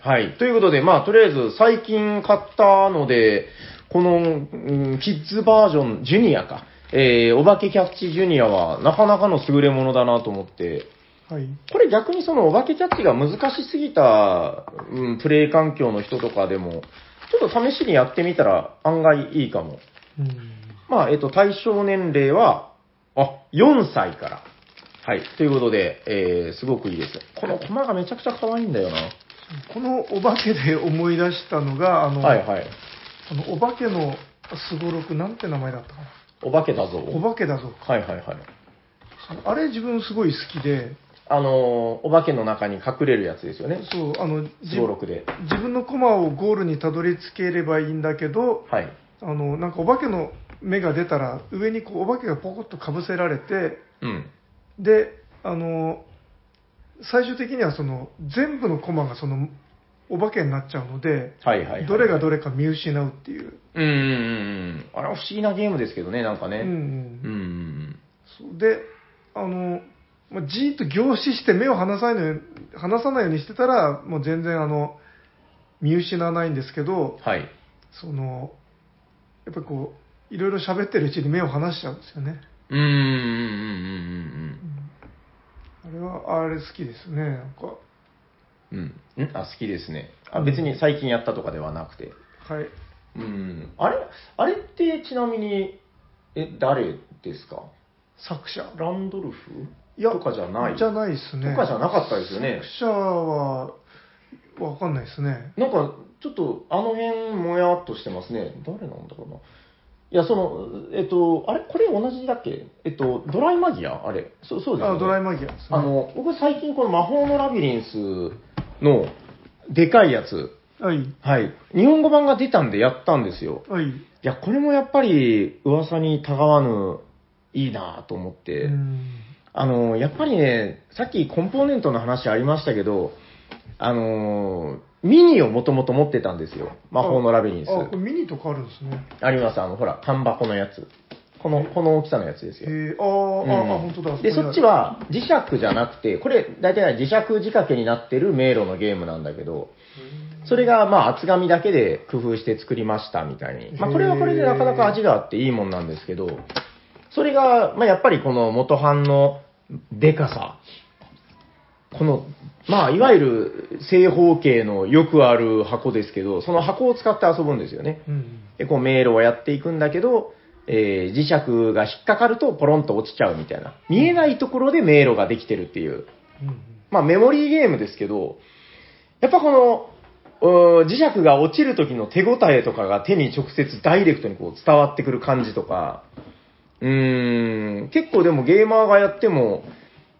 Speaker 2: はい。ということで、まあ、とりあえず、最近買ったので、この、うんキッズバージョン、ジュニアか。えー、お化けキャッチジュニアは、なかなかの優れものだなと思って、
Speaker 1: はい。
Speaker 2: これ逆にそのお化けキャッチが難しすぎた、うん、プレイ環境の人とかでも、ちょっと試しにやってみたら案外いいかも。
Speaker 1: うん
Speaker 2: まあ、えっ、と、対象年齢は、あ、4歳から。はい。ということで、えー、すごくいいです。このコマがめちゃくちゃ可愛いんだよな。
Speaker 1: このお化けで思い出したのが、あの、
Speaker 2: はいはい。
Speaker 1: あのお化けのすごろく、なんて名前だったかな。
Speaker 2: お化けだぞ。
Speaker 1: お化けだぞ。
Speaker 2: はいはいはい。
Speaker 1: あれ自分すごい好きで、
Speaker 2: あのーお化けの中に隠れるやつですよね。
Speaker 1: そう、あの、じ
Speaker 2: すごろくで。
Speaker 1: 自分の駒をゴールにたどり着ければいいんだけど、
Speaker 2: はい。
Speaker 1: あの、なんかお化けの目が出たら、上にこうお化けがポコッとかぶせられて、
Speaker 2: うん。
Speaker 1: で、あの、最終的にはその全部のコマがそのお化けになっちゃうので、
Speaker 2: はいはい、はい。
Speaker 1: どれがどれか見失うっていう、
Speaker 2: うんうんうんうん。あれは不思議なゲームですけどね、なんかね。
Speaker 1: うん
Speaker 2: うんうんうん。
Speaker 1: そうであの、まあ、じーっと凝視して目を離さないように離さないようにしてたらもう全然あの見失わないんですけど
Speaker 2: はい。
Speaker 1: そのやっぱりこういろいろ喋ってるうちに目を離しちゃうんですよね、
Speaker 2: うんうんうんうん
Speaker 1: うん、あれはあれ好きですねなんか
Speaker 2: うんうん。うん。んあ、好きですね。あ、別に最近やったとかではなくて。
Speaker 1: はい
Speaker 2: うん。あれあれってちなみに、え、誰ですか
Speaker 1: 作者
Speaker 2: ランドルフ
Speaker 1: いや
Speaker 2: とかじゃない。
Speaker 1: じゃないですね
Speaker 2: とかじゃなかったですよね。
Speaker 1: 作者はわかんないですね
Speaker 2: なんか、ちょっと、あの辺、もやっとしてますね。誰なんだろうな。いや、その、えっと、あれこれ同じだっけえっと、ドライマギアあれそう、そうですよ
Speaker 1: あ
Speaker 2: ね。
Speaker 1: ドライマギアですね
Speaker 2: あの、僕最近この魔法のラビリンスの、でかいやつ、
Speaker 1: はい
Speaker 2: はい。日本語版が出たんでやったんですよ。
Speaker 1: はい
Speaker 2: いや、これもやっぱり、噂にたがわぬ、いいなぁと思って。
Speaker 1: うん
Speaker 2: あの、やっぱりね、さっきコンポーネントの話ありましたけど、あの、ミニをもともと持ってたんですよ。魔法のラビリンス。
Speaker 1: あこれミニとかあるんですね
Speaker 2: あります、あの、ほら、缶箱のやつ。この、この大きさのやつですよ。
Speaker 1: へえあー、
Speaker 2: うん
Speaker 1: ああ本当だ
Speaker 2: で、そっち
Speaker 1: は
Speaker 2: は磁石じゃなくて、これ、大体磁石仕掛けになってる迷路のゲームなんだけど、それが、まあ、厚紙だけで工夫して作りました、みたいに。まあ、これはこれでなかなか味があっていいもんなんですけど、それが、まあ、やっぱりこの元版のデカさ、この、まあ、いわゆる正方形のよくある箱ですけど、その箱を使って遊ぶんですよね。
Speaker 1: うん
Speaker 2: で、こう迷路をやっていくんだけど、えー磁石が引っかかるとポロンと落ちちゃうみたいな。見えないところで迷路ができてるっていう。
Speaker 1: うん
Speaker 2: まあメモリーゲームですけど、やっぱこの、うー磁石が落ちる時の手応えとかが手に直接ダイレクトにこう伝わってくる感じとか、うーん、結構でもゲーマーがやっても、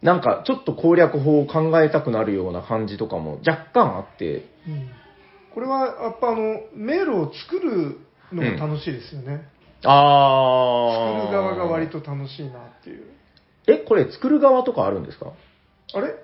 Speaker 2: なんかちょっと攻略法を考えたくなるような感じとかも若干あって、
Speaker 1: うんこれはやっぱあの迷路を作るのが楽しいですよね、
Speaker 2: あー。
Speaker 1: 作る側が割と楽しいなっていう
Speaker 2: え、これ作る側とかあるんですか
Speaker 1: あれ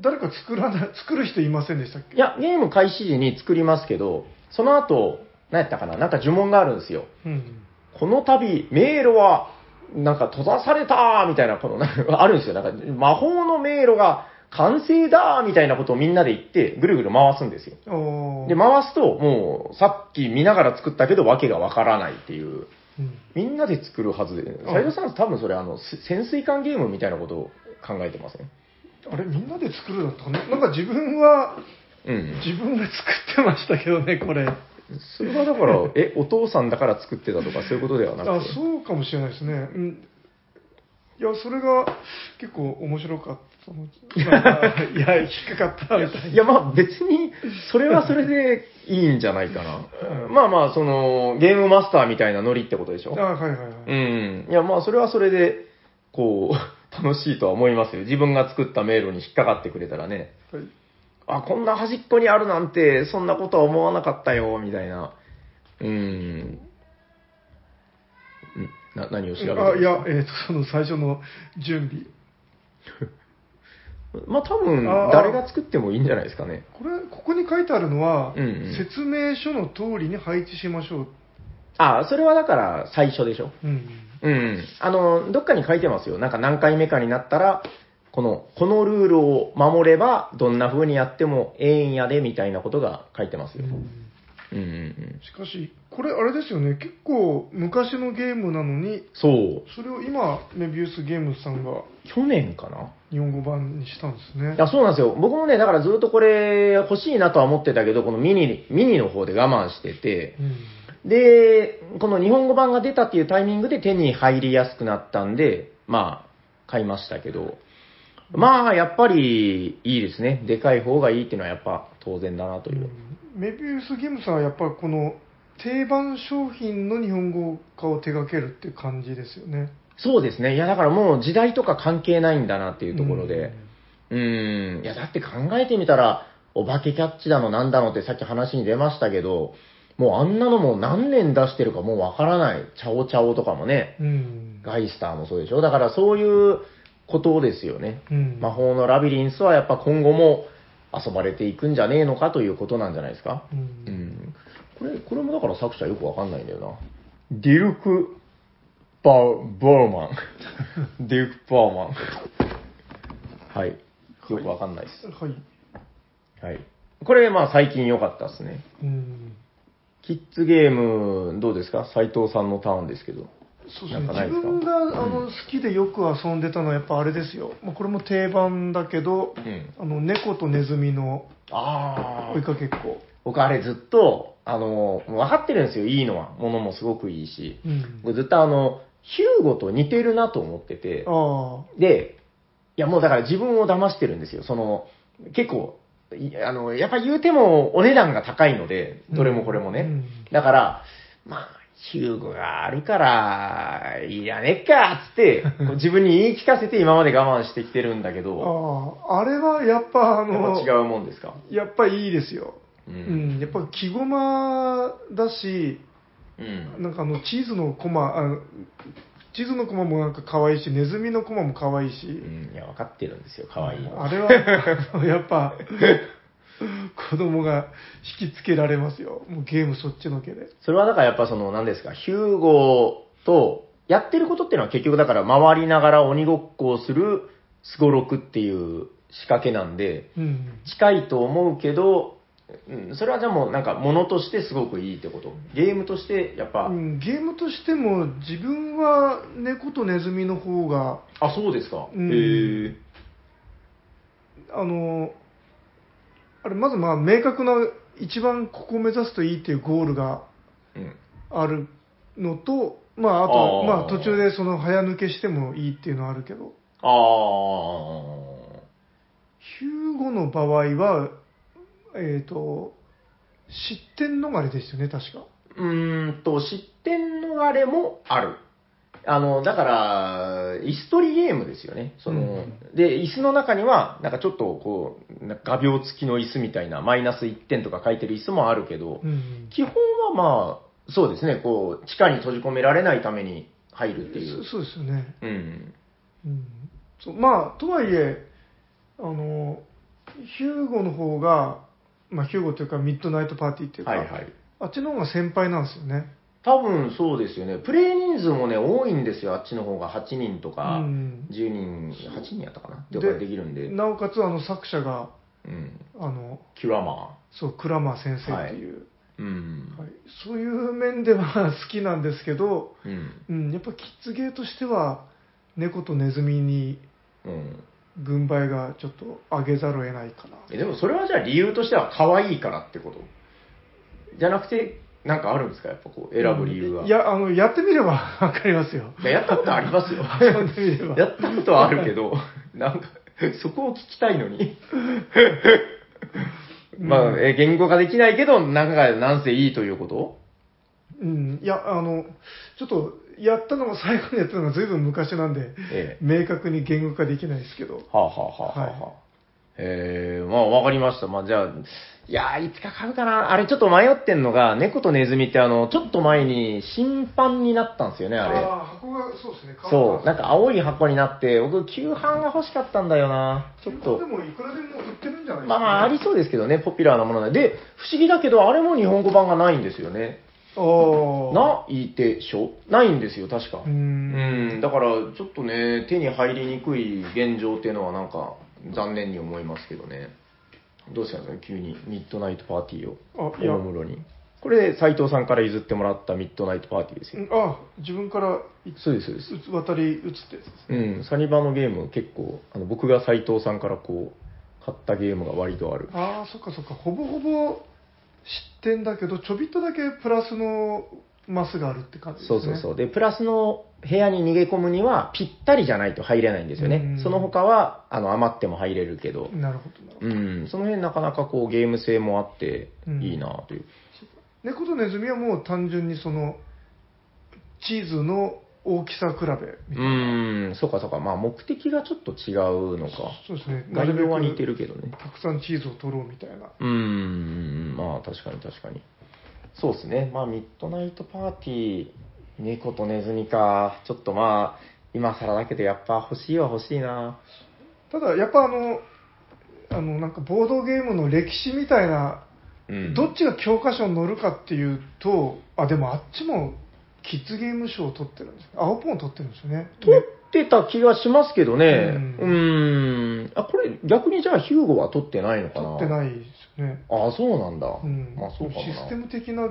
Speaker 1: 誰か作らない作る人いませんでしたっけ
Speaker 2: いや、ゲーム開始時に作りますけど、その後、何やったかななんか呪文があるんですよ。
Speaker 1: うん
Speaker 2: この度、迷路は、なんか閉ざされたみたいな、この、なんかあるんですよ。なんか、魔法の迷路が完成だみたいなことをみんなで言って、ぐるぐる回すんですよ。
Speaker 1: おー
Speaker 2: で、回すと、もう、さっき見ながら作ったけど、わけがわからないっていう。
Speaker 1: うん
Speaker 2: みんなで作るはずで、斎藤さん多分それ、あの、せ潜水艦ゲームみたいなことを考えてません
Speaker 1: あれみんなで作るだったかななんか自分は
Speaker 2: うん。
Speaker 1: 自分で作ってましたけどねこれあ
Speaker 2: それはだから、え、お父さんだから作ってたとか、そういうことではなくて。
Speaker 1: そうかもしれないですねうんいやそれが結構面白かった
Speaker 2: [laughs]
Speaker 1: のなんかいや引っかかったみたい
Speaker 2: いや、まあ別に、それはそれでいいんじゃないかな。まあまあ、その、ゲームマスターみたいなノリってことでしょ
Speaker 1: なあはいはいはい、
Speaker 2: うん。いや、まあそれはそれで、こう、 [laughs] 楽しいとは思いますよ。自分が作った迷路に引っかかってくれたらね。
Speaker 1: はい
Speaker 2: あ、こんな端っこにあるなんて、そんなことは思わなかったよ、みたいな。うん。んな、何を調べてる
Speaker 1: あいや、えーとその最初の準備
Speaker 2: まあ多分、
Speaker 1: あ
Speaker 2: 誰が作ってもいいんじゃないですかね。
Speaker 1: これここに書いてあるのは、
Speaker 2: うんうん
Speaker 1: 説明書の通りに配置しましょう、
Speaker 2: あ、それはだから最初でしょ。
Speaker 1: うん、
Speaker 2: うん。あの、どっかに書いてますよ。なんか何回目かになったら、この、このルールを守れば、どんな風にやってもええんやで、みたいなことが書いてますよ。うんうんうん。
Speaker 1: しかしこれあれですよね結構昔のゲームなのに
Speaker 2: そう。
Speaker 1: それを今メビウスゲームズさんが
Speaker 2: 去年かな
Speaker 1: 日本語版にしたんですね
Speaker 2: いや、そうなんですよ。僕もね、だからずっとこれ欲しいなとは思ってたけど、このミニ、ミニの方で我慢してて、
Speaker 1: うん
Speaker 2: で、この日本語版が出たっていうタイミングで手に入りやすくなったんで、まあ、買いましたけど、まあ、やっぱりいいですね。でかい方がいいっていうのはやっぱ当然だなというう。
Speaker 1: んメビウスゲームズさんはやっぱりこの定番商品の日本語化を手掛けるっていう感じですよね
Speaker 2: そうですね。いや、だからもう時代とか関係ないんだなっていうところで。
Speaker 1: ん
Speaker 2: うーん。いや、だって考えてみたら、お化けキャッチだのなんだのってさっき話に出ましたけど、もうあんなのもう何年出してるかもうわからない。チャオチャオとかもね。
Speaker 1: うん
Speaker 2: ガイスターもそうでしょ。だからそういう、ことですよね。
Speaker 1: うん。
Speaker 2: 魔法のラビリンスはやっぱ今後も遊ばれていくんじゃねえのかということなんじゃないですか。
Speaker 1: う。
Speaker 2: うんん。これ、これもだから作者よくわかんないんだよな。ディルク・バー、バーマ [laughs] ン。ディルク・バーマン。はい。よくわかんないです。
Speaker 1: はい。
Speaker 2: はい。これ、まあ最近良かったですね。
Speaker 1: うん。
Speaker 2: キッズゲーム、どうですか斎藤さんのターンですけど。
Speaker 1: そうですね。
Speaker 2: なんかな
Speaker 1: 自
Speaker 2: いですか
Speaker 1: 分があ
Speaker 2: う
Speaker 1: の
Speaker 2: ん
Speaker 1: 好きでよく遊んでたのはやっぱあれですよ。まあこれも定番だけど
Speaker 2: う、ん。
Speaker 1: あの猫とネズミの
Speaker 2: あ
Speaker 1: 追いかけっこ。
Speaker 2: 僕あれずっと、あの、分かってるんですよ、いいのは。ものもすごくいいし。
Speaker 1: うん。
Speaker 2: 僕ずっとあの、ヒューゴと似てるなと思ってて。
Speaker 1: あ
Speaker 2: で、いやもうだから自分を騙してるんですよ。その、結構、いあの、やっぱ言うてもお値段が高いので、
Speaker 1: あ。
Speaker 2: どれもこれもね。
Speaker 1: うん
Speaker 2: だから、まあ、ヒューゴがあるから、いいやねっか、
Speaker 1: [laughs]
Speaker 2: つって、こう自分に言い聞かせて今まで我慢してきてるんだけど、
Speaker 1: ああ、あれはやっぱあ
Speaker 2: やっ
Speaker 1: の、
Speaker 2: ぱ違うもんですか。
Speaker 1: やっぱいいですよ。
Speaker 2: う
Speaker 1: う。ん、やっぱ木駒だし、
Speaker 2: うん。
Speaker 1: なんかあのチーズの駒、あチーズの駒もなんか可愛いし、ネズミの駒も可愛いし、
Speaker 2: うん、いや、分かってるんですよ、可愛いの。
Speaker 1: あれは [laughs] あのやっぱ子供が引きつけられますよ。もうゲームそっちのけで。
Speaker 2: それはだからやっぱその、何ですか、ヒューゴと、やってることっていうのは結局だから回りながら鬼ごっこをするスゴロクっていう仕掛けなんで、
Speaker 1: うん。
Speaker 2: 近いと思うけど、うん、それはじゃあもうなんか物としてすごくいいってこと。ゲームとしてやっぱ、
Speaker 1: うんゲームとしても自分は猫とネズミの方が、
Speaker 2: あ、そうですか。
Speaker 1: うん
Speaker 2: へー
Speaker 1: あの、あれまずまあ明確な一番ここを目指すといいっていうゴールが
Speaker 2: うん。
Speaker 1: あるのと、まあ、あと
Speaker 2: あー
Speaker 1: まあ、途中でその早抜けしてもいいっていうのはあるけど、
Speaker 2: あー。
Speaker 1: ヒューゴの場合は、えっ、と、失点逃れですよね、確か。
Speaker 2: うーんと、失点逃れもある。あの、だから、椅子取りゲームですよね。その、で、椅子の中には、なんかちょっとこう、なんか画鋲付きの椅子みたいな、マイナス1点とか書いてる椅子もあるけど、
Speaker 1: うん。
Speaker 2: 基本はまあ、そうですね、こう、地下に閉じ込められないために入るっていう。
Speaker 1: そそうですよね。
Speaker 2: うん。
Speaker 1: うん。そうまあ、とはいえ、あの、ヒューゴの方が、まあ、ヒューゴというか、ミッドナイトパーティーっていうか、
Speaker 2: はいはい。
Speaker 1: あっちの方が先輩なんですよね。
Speaker 2: 多分そうですよね。プレイ人数もね、多いんですよ、あっちの方が。8人とか、
Speaker 1: うん
Speaker 2: 10人、8人やったかな
Speaker 1: で
Speaker 2: とかできるんで。
Speaker 1: なおかつ、あの、作者が、
Speaker 2: うん。
Speaker 1: あの、
Speaker 2: キュラマ
Speaker 1: そう、クラマー先生っていう、
Speaker 2: ー。うん。
Speaker 1: はい、そういう面では好きなんですけど、 [laughs]
Speaker 2: うん。
Speaker 1: うん、やっぱキッズゲーとしては猫とネズミに
Speaker 2: うん。
Speaker 1: 軍配がちょっと上げざるを得ないかな
Speaker 2: えでもそれはじゃあ理由としては可愛いからってことじゃなくて、なんかあるんですかやっぱこう、選ぶ理由は。
Speaker 1: いやあのやってみれば [laughs] わかりますよ
Speaker 2: いや、やったことあります
Speaker 1: [laughs]
Speaker 2: よ。
Speaker 1: 遊んでみれば
Speaker 2: やったことはあるけど、 [laughs] なんか、そこを聞きたいの
Speaker 1: [laughs]
Speaker 2: に。まあ、え言語化できないけど、なんか、なんせいいということ
Speaker 1: うんいやあのちょっとやったのも最後にやったのが随分昔なんで
Speaker 2: ええ。
Speaker 1: 明確に言語化できないですけど
Speaker 2: はあ、はあはあはあはあ
Speaker 1: は
Speaker 2: ええまあわかりました。まあじゃあ、いやーいつか買うかな。あれちょっと迷ってんのが、猫とネズミってあの、ちょっと前に審判になったんですよね、あれ。
Speaker 1: あ箱がそうですね
Speaker 2: そう、なんか青い箱になって、僕、旧版が欲しかったんだよな。ちょっと。
Speaker 1: もいくらでも売ってるんじゃな
Speaker 2: まあまあ、ありそうですけどね、ポピュラーなもので。で、不思議だけど、あれも日本語版がないんですよね。
Speaker 1: ああ
Speaker 2: ないでしょないんですよ、確か
Speaker 1: う。
Speaker 2: うんん、だから、ちょっとね、手に入りにくい現状っていうのは、なんか、残念に思いますけどね。どうしたんですか、急に、ミッドナイトパーティーを、
Speaker 1: あいや
Speaker 2: おもむろに。これ、斎藤さんから譲ってもらったミッドナイトパーティーですよ。
Speaker 1: うんあ自分からいつ
Speaker 2: そうです、そうです。
Speaker 1: うつ渡り移ってやつです
Speaker 2: うん、サニバのゲーム結構、あの僕が斎藤さんからこう、買ったゲームが割とある。
Speaker 1: ああそっかそっかほぼほぼ失点だけどちょびっとだけプラスのマスがあるって感じです
Speaker 2: そ
Speaker 1: ね
Speaker 2: うそうそう。で、プラスの部屋に逃げ込むにはぴったりじゃないと入れないんですよ
Speaker 1: う
Speaker 2: ね
Speaker 1: ん。
Speaker 2: その他は、あの、余っても入れるけど。
Speaker 1: なるほどなるほど
Speaker 2: うん、その辺なかなかこうゲーム性もあって
Speaker 1: うん
Speaker 2: いいなという。
Speaker 1: 猫とネズミはもう単純にそのチーズの大きさ比べみ
Speaker 2: う
Speaker 1: たいな、
Speaker 2: ん、そうかそうか。まあ目的がちょっと違うのか。
Speaker 1: そうですねな
Speaker 2: 概
Speaker 1: るべ
Speaker 2: 要は似て
Speaker 1: く
Speaker 2: るけどね。
Speaker 1: たくさんチーズを取ろうみたいな
Speaker 2: うーん、まあ確かに確かに。そうですね。まあミッドナイトパーティー、猫とネズミか。ちょっとまあ、今更だけどやっぱ欲しいは欲しいな
Speaker 1: ただやっぱあのあのなんかボードゲームの歴史みたいな、
Speaker 2: うん。
Speaker 1: どっちが教科書に載るかっていうとあでもあっちもキッズゲーム賞を取ってるんです青ポン取ってるんですよね
Speaker 2: 取ってた気がしますけどね。
Speaker 1: う
Speaker 2: うんん。あ、これ逆にじゃあヒューゴは取ってないのかな
Speaker 1: 取ってないですよね
Speaker 2: あ、そうなんだ。
Speaker 1: うん
Speaker 2: まあそうかもな。
Speaker 1: システム的な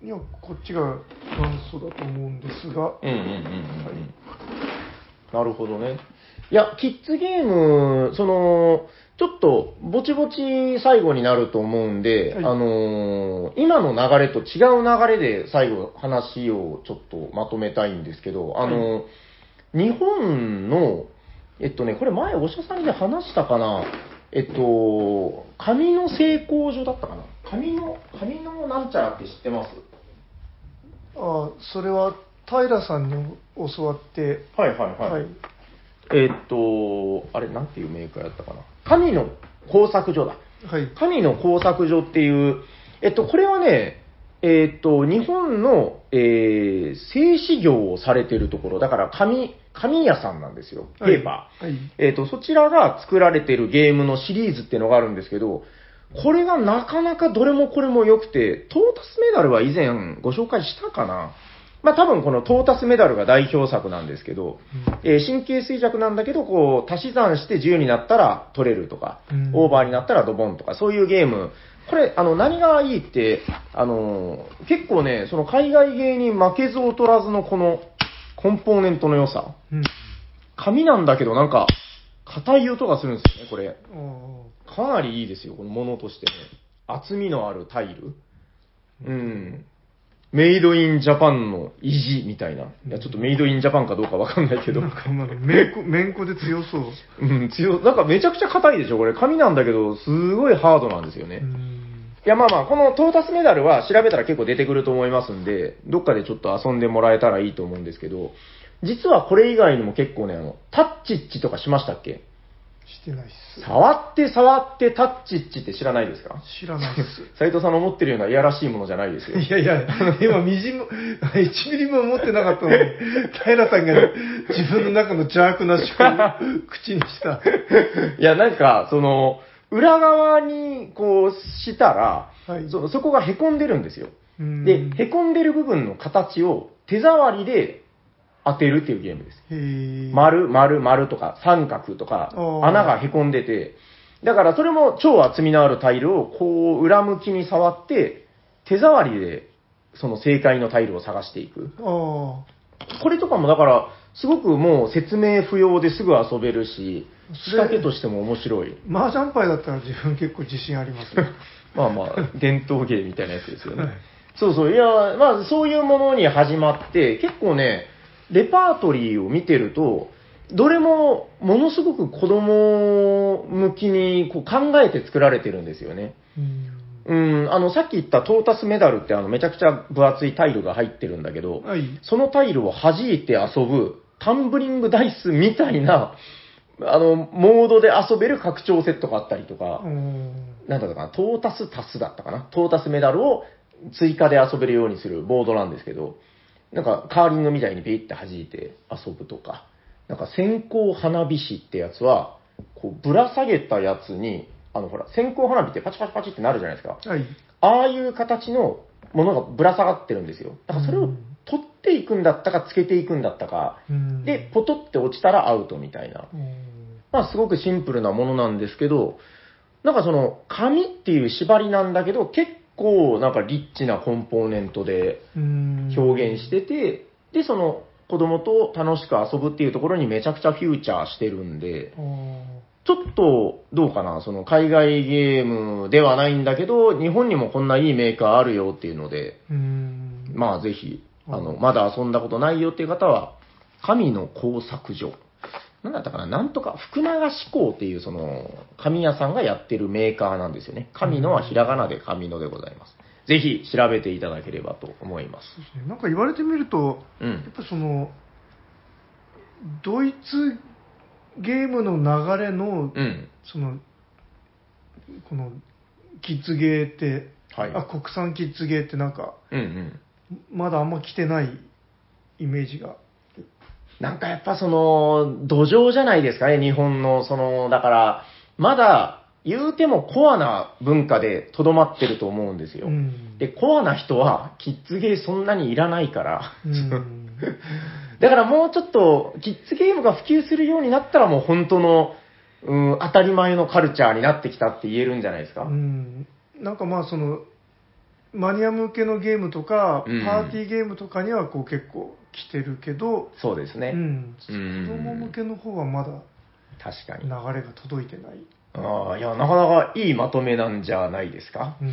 Speaker 1: にはこっちが元祖だと思うんですが、
Speaker 2: うんうんうんうんうん。なるほどね。いや、キッズゲーム、その、ちょっと、ぼちぼち最後になると思うんで、
Speaker 1: はい
Speaker 2: あのー今の流れと違う流れで最後話をちょっとまとめたいんですけど、あのー日本の、えっとね、これ前お医者さんで話したかな、えっと、紙の製工所だったかな紙の、紙のなんちゃらって知ってます
Speaker 1: あそれは平さんに教わって、
Speaker 2: はいはい
Speaker 1: はい
Speaker 2: えーっと、あれ、なんていうメーカーやったかな。神の工作所だ。
Speaker 1: はい
Speaker 2: 神の工作所っていう、えっと、これはね、えーっと、日本の、えー、製紙業をされてるところ、だから紙、紙屋さんなんですよ。ペーパー。
Speaker 1: はい、
Speaker 2: えー、と、そちらが作られてるゲームのシリーズっていうのがあるんですけど、これがなかなかどれもこれも良くて、トータスメダルは以前ご紹介したかなまあ多分このトータスメダルが代表作なんですけど、えー神経衰弱なんだけど、こう、足し算して10になったら取れるとか、
Speaker 1: うん
Speaker 2: オーバーになったらドボンとか、そういうゲーム。これ、あの、何がいいって、あのー、結構ね、その海外芸に負けず劣らずのこの、コンポーネントの良さ。
Speaker 1: うん
Speaker 2: 紙なんだけど、なんか、硬い音がするんですよね、これ。
Speaker 1: あ
Speaker 2: かなりいいですよ、このものとしてね。厚みのあるタイル。うん。メイドインジャパンの意地みたいな。いや、ちょっとメイドインジャパンかどうかわかんないけ
Speaker 1: ー
Speaker 2: ど
Speaker 1: な。んかまだめんこめんこで強そう、
Speaker 2: うん、強い。なんかめちゃくちゃ硬いでしょ、これ。紙なんだけど、すごいハードなんですよね。
Speaker 1: うん
Speaker 2: いや、まあまあ、このトータスメダルは調べたら結構出てくると思いますんで、どっかでちょっと遊んでもらえたらいいと思うんですけど、実はこれ以外にも結構ね、あの、タッチッチとかしましたっけ
Speaker 1: してないっす
Speaker 2: 触って触ってタッチッチって知らないですか
Speaker 1: 知らないっす
Speaker 2: 斉藤さんの持ってるようないやらしいものじゃないです
Speaker 1: [laughs]
Speaker 2: よ。
Speaker 1: いやいや、今、みじんも、1ミリも思ってなかったのに、平さんが自分の中の邪悪な思考を口にした。
Speaker 2: いや、なんか、その、裏側にこうしたら、
Speaker 1: はい
Speaker 2: そそこが凹んでるんですよ。
Speaker 1: うん
Speaker 2: で、凹んでる部分の形を手触りで当てるっていうゲームです。
Speaker 1: へー
Speaker 2: 丸、丸、丸とか、三角とか
Speaker 1: お、ー
Speaker 2: 穴が凹んでて、だからそれも超厚みのあるタイルをこう裏向きに触って、手触りでその正解のタイルを探していく。
Speaker 1: あ
Speaker 2: これとかもだから、すごくもう説明不要ですぐ遊べるし、仕掛けとしても面白い。
Speaker 1: あ、麻雀牌だったら自分結構自信ありますね。
Speaker 2: まあまあ、伝統芸みたいなやつですよ
Speaker 1: はい
Speaker 2: ね。そうそう、いや、まあそういうものに始まって、結構ね、レパートリーを見てると、どれもものすごく子供向きにこう考えて作られてるんですよね。
Speaker 1: うん
Speaker 2: うん、あの、さっき言ったトータスメダルってあのめちゃくちゃ分厚いタイルが入ってるんだけど、
Speaker 1: はい。
Speaker 2: そのタイルを弾いて遊ぶ、タンブリングダイスみたいな、あの、モードで遊べる拡張セットがあったりとか、
Speaker 1: うん
Speaker 2: なんだったかな、トータスタスだったかな、トータスメダルを追加で遊べるようにするボードなんですけど、なんかカーリングみたいにピッて弾いて遊ぶとか、なんか線香花火師ってやつは、こうぶら下げたやつに、あのほら、線香花火ってパチパチパチってなるじゃないですか。
Speaker 1: はい。
Speaker 2: ああいう形のものがぶら下がってるんですよ。だからそれを取っていくんだったか、つけていくんだったか、
Speaker 1: うん
Speaker 2: で、、ポトって落ちたらアウトみたいな。
Speaker 1: うん
Speaker 2: まあ、すごくシンプルなものなんですけど、なんかその、紙っていう縛りなんだけど、結構なんかリッチなコンポーネントで
Speaker 1: うん
Speaker 2: 表現してて、で、その、子供と楽しく遊ぶっていうところにめちゃくちゃフューチャーしてるんで、
Speaker 1: あー
Speaker 2: ちょっと、どうかな、その海外ゲームではないんだけど、日本にもこんないいメーカーあるよっていうので、
Speaker 1: うん
Speaker 2: まあぜひ、
Speaker 1: うん
Speaker 2: あの、まだ遊んだことないよっていう方は、神の工作所。なんだったかななんとか、福永志向っていうその、神屋さんがやってるメーカーなんですよね。神野はひらがなで神野でございます。ぜひ調べていただければと思います。
Speaker 1: そうですねなんか言われてみると、
Speaker 2: う
Speaker 1: やっ
Speaker 2: ん。
Speaker 1: ぱそのドイツゲームの流れの
Speaker 2: うん。
Speaker 1: そのこのキッズゲーって、
Speaker 2: はい。
Speaker 1: あ国産キッズゲーってなんか
Speaker 2: うんうん。
Speaker 1: まだあんま来てないイメージが
Speaker 2: なんかやっぱその、土壌じゃないですかね、日本の、その、だから、まだ、言うてもコアな文化でとどまってると思うんですよ。
Speaker 1: うん
Speaker 2: で、コアな人は、キッズゲーそんなにいらないから。
Speaker 1: うん
Speaker 2: [laughs] だからもうちょっと、キッズゲームが普及するようになったらもう本当の、うん、当たり前のカルチャーになってきたって言えるんじゃないですか。
Speaker 1: うんなんかまあそのマニア向けのゲームとか、
Speaker 2: うん
Speaker 1: パーティーゲームとかにはこう結構来てるけど、
Speaker 2: そうですね。
Speaker 1: うん、子
Speaker 2: うん
Speaker 1: 供向けの方はまだ
Speaker 2: 確か
Speaker 1: 流れ
Speaker 2: に。
Speaker 1: が届いてない、
Speaker 2: ああ、いや、なかなかいいまとめなんじゃないですか。
Speaker 1: うん
Speaker 2: [laughs]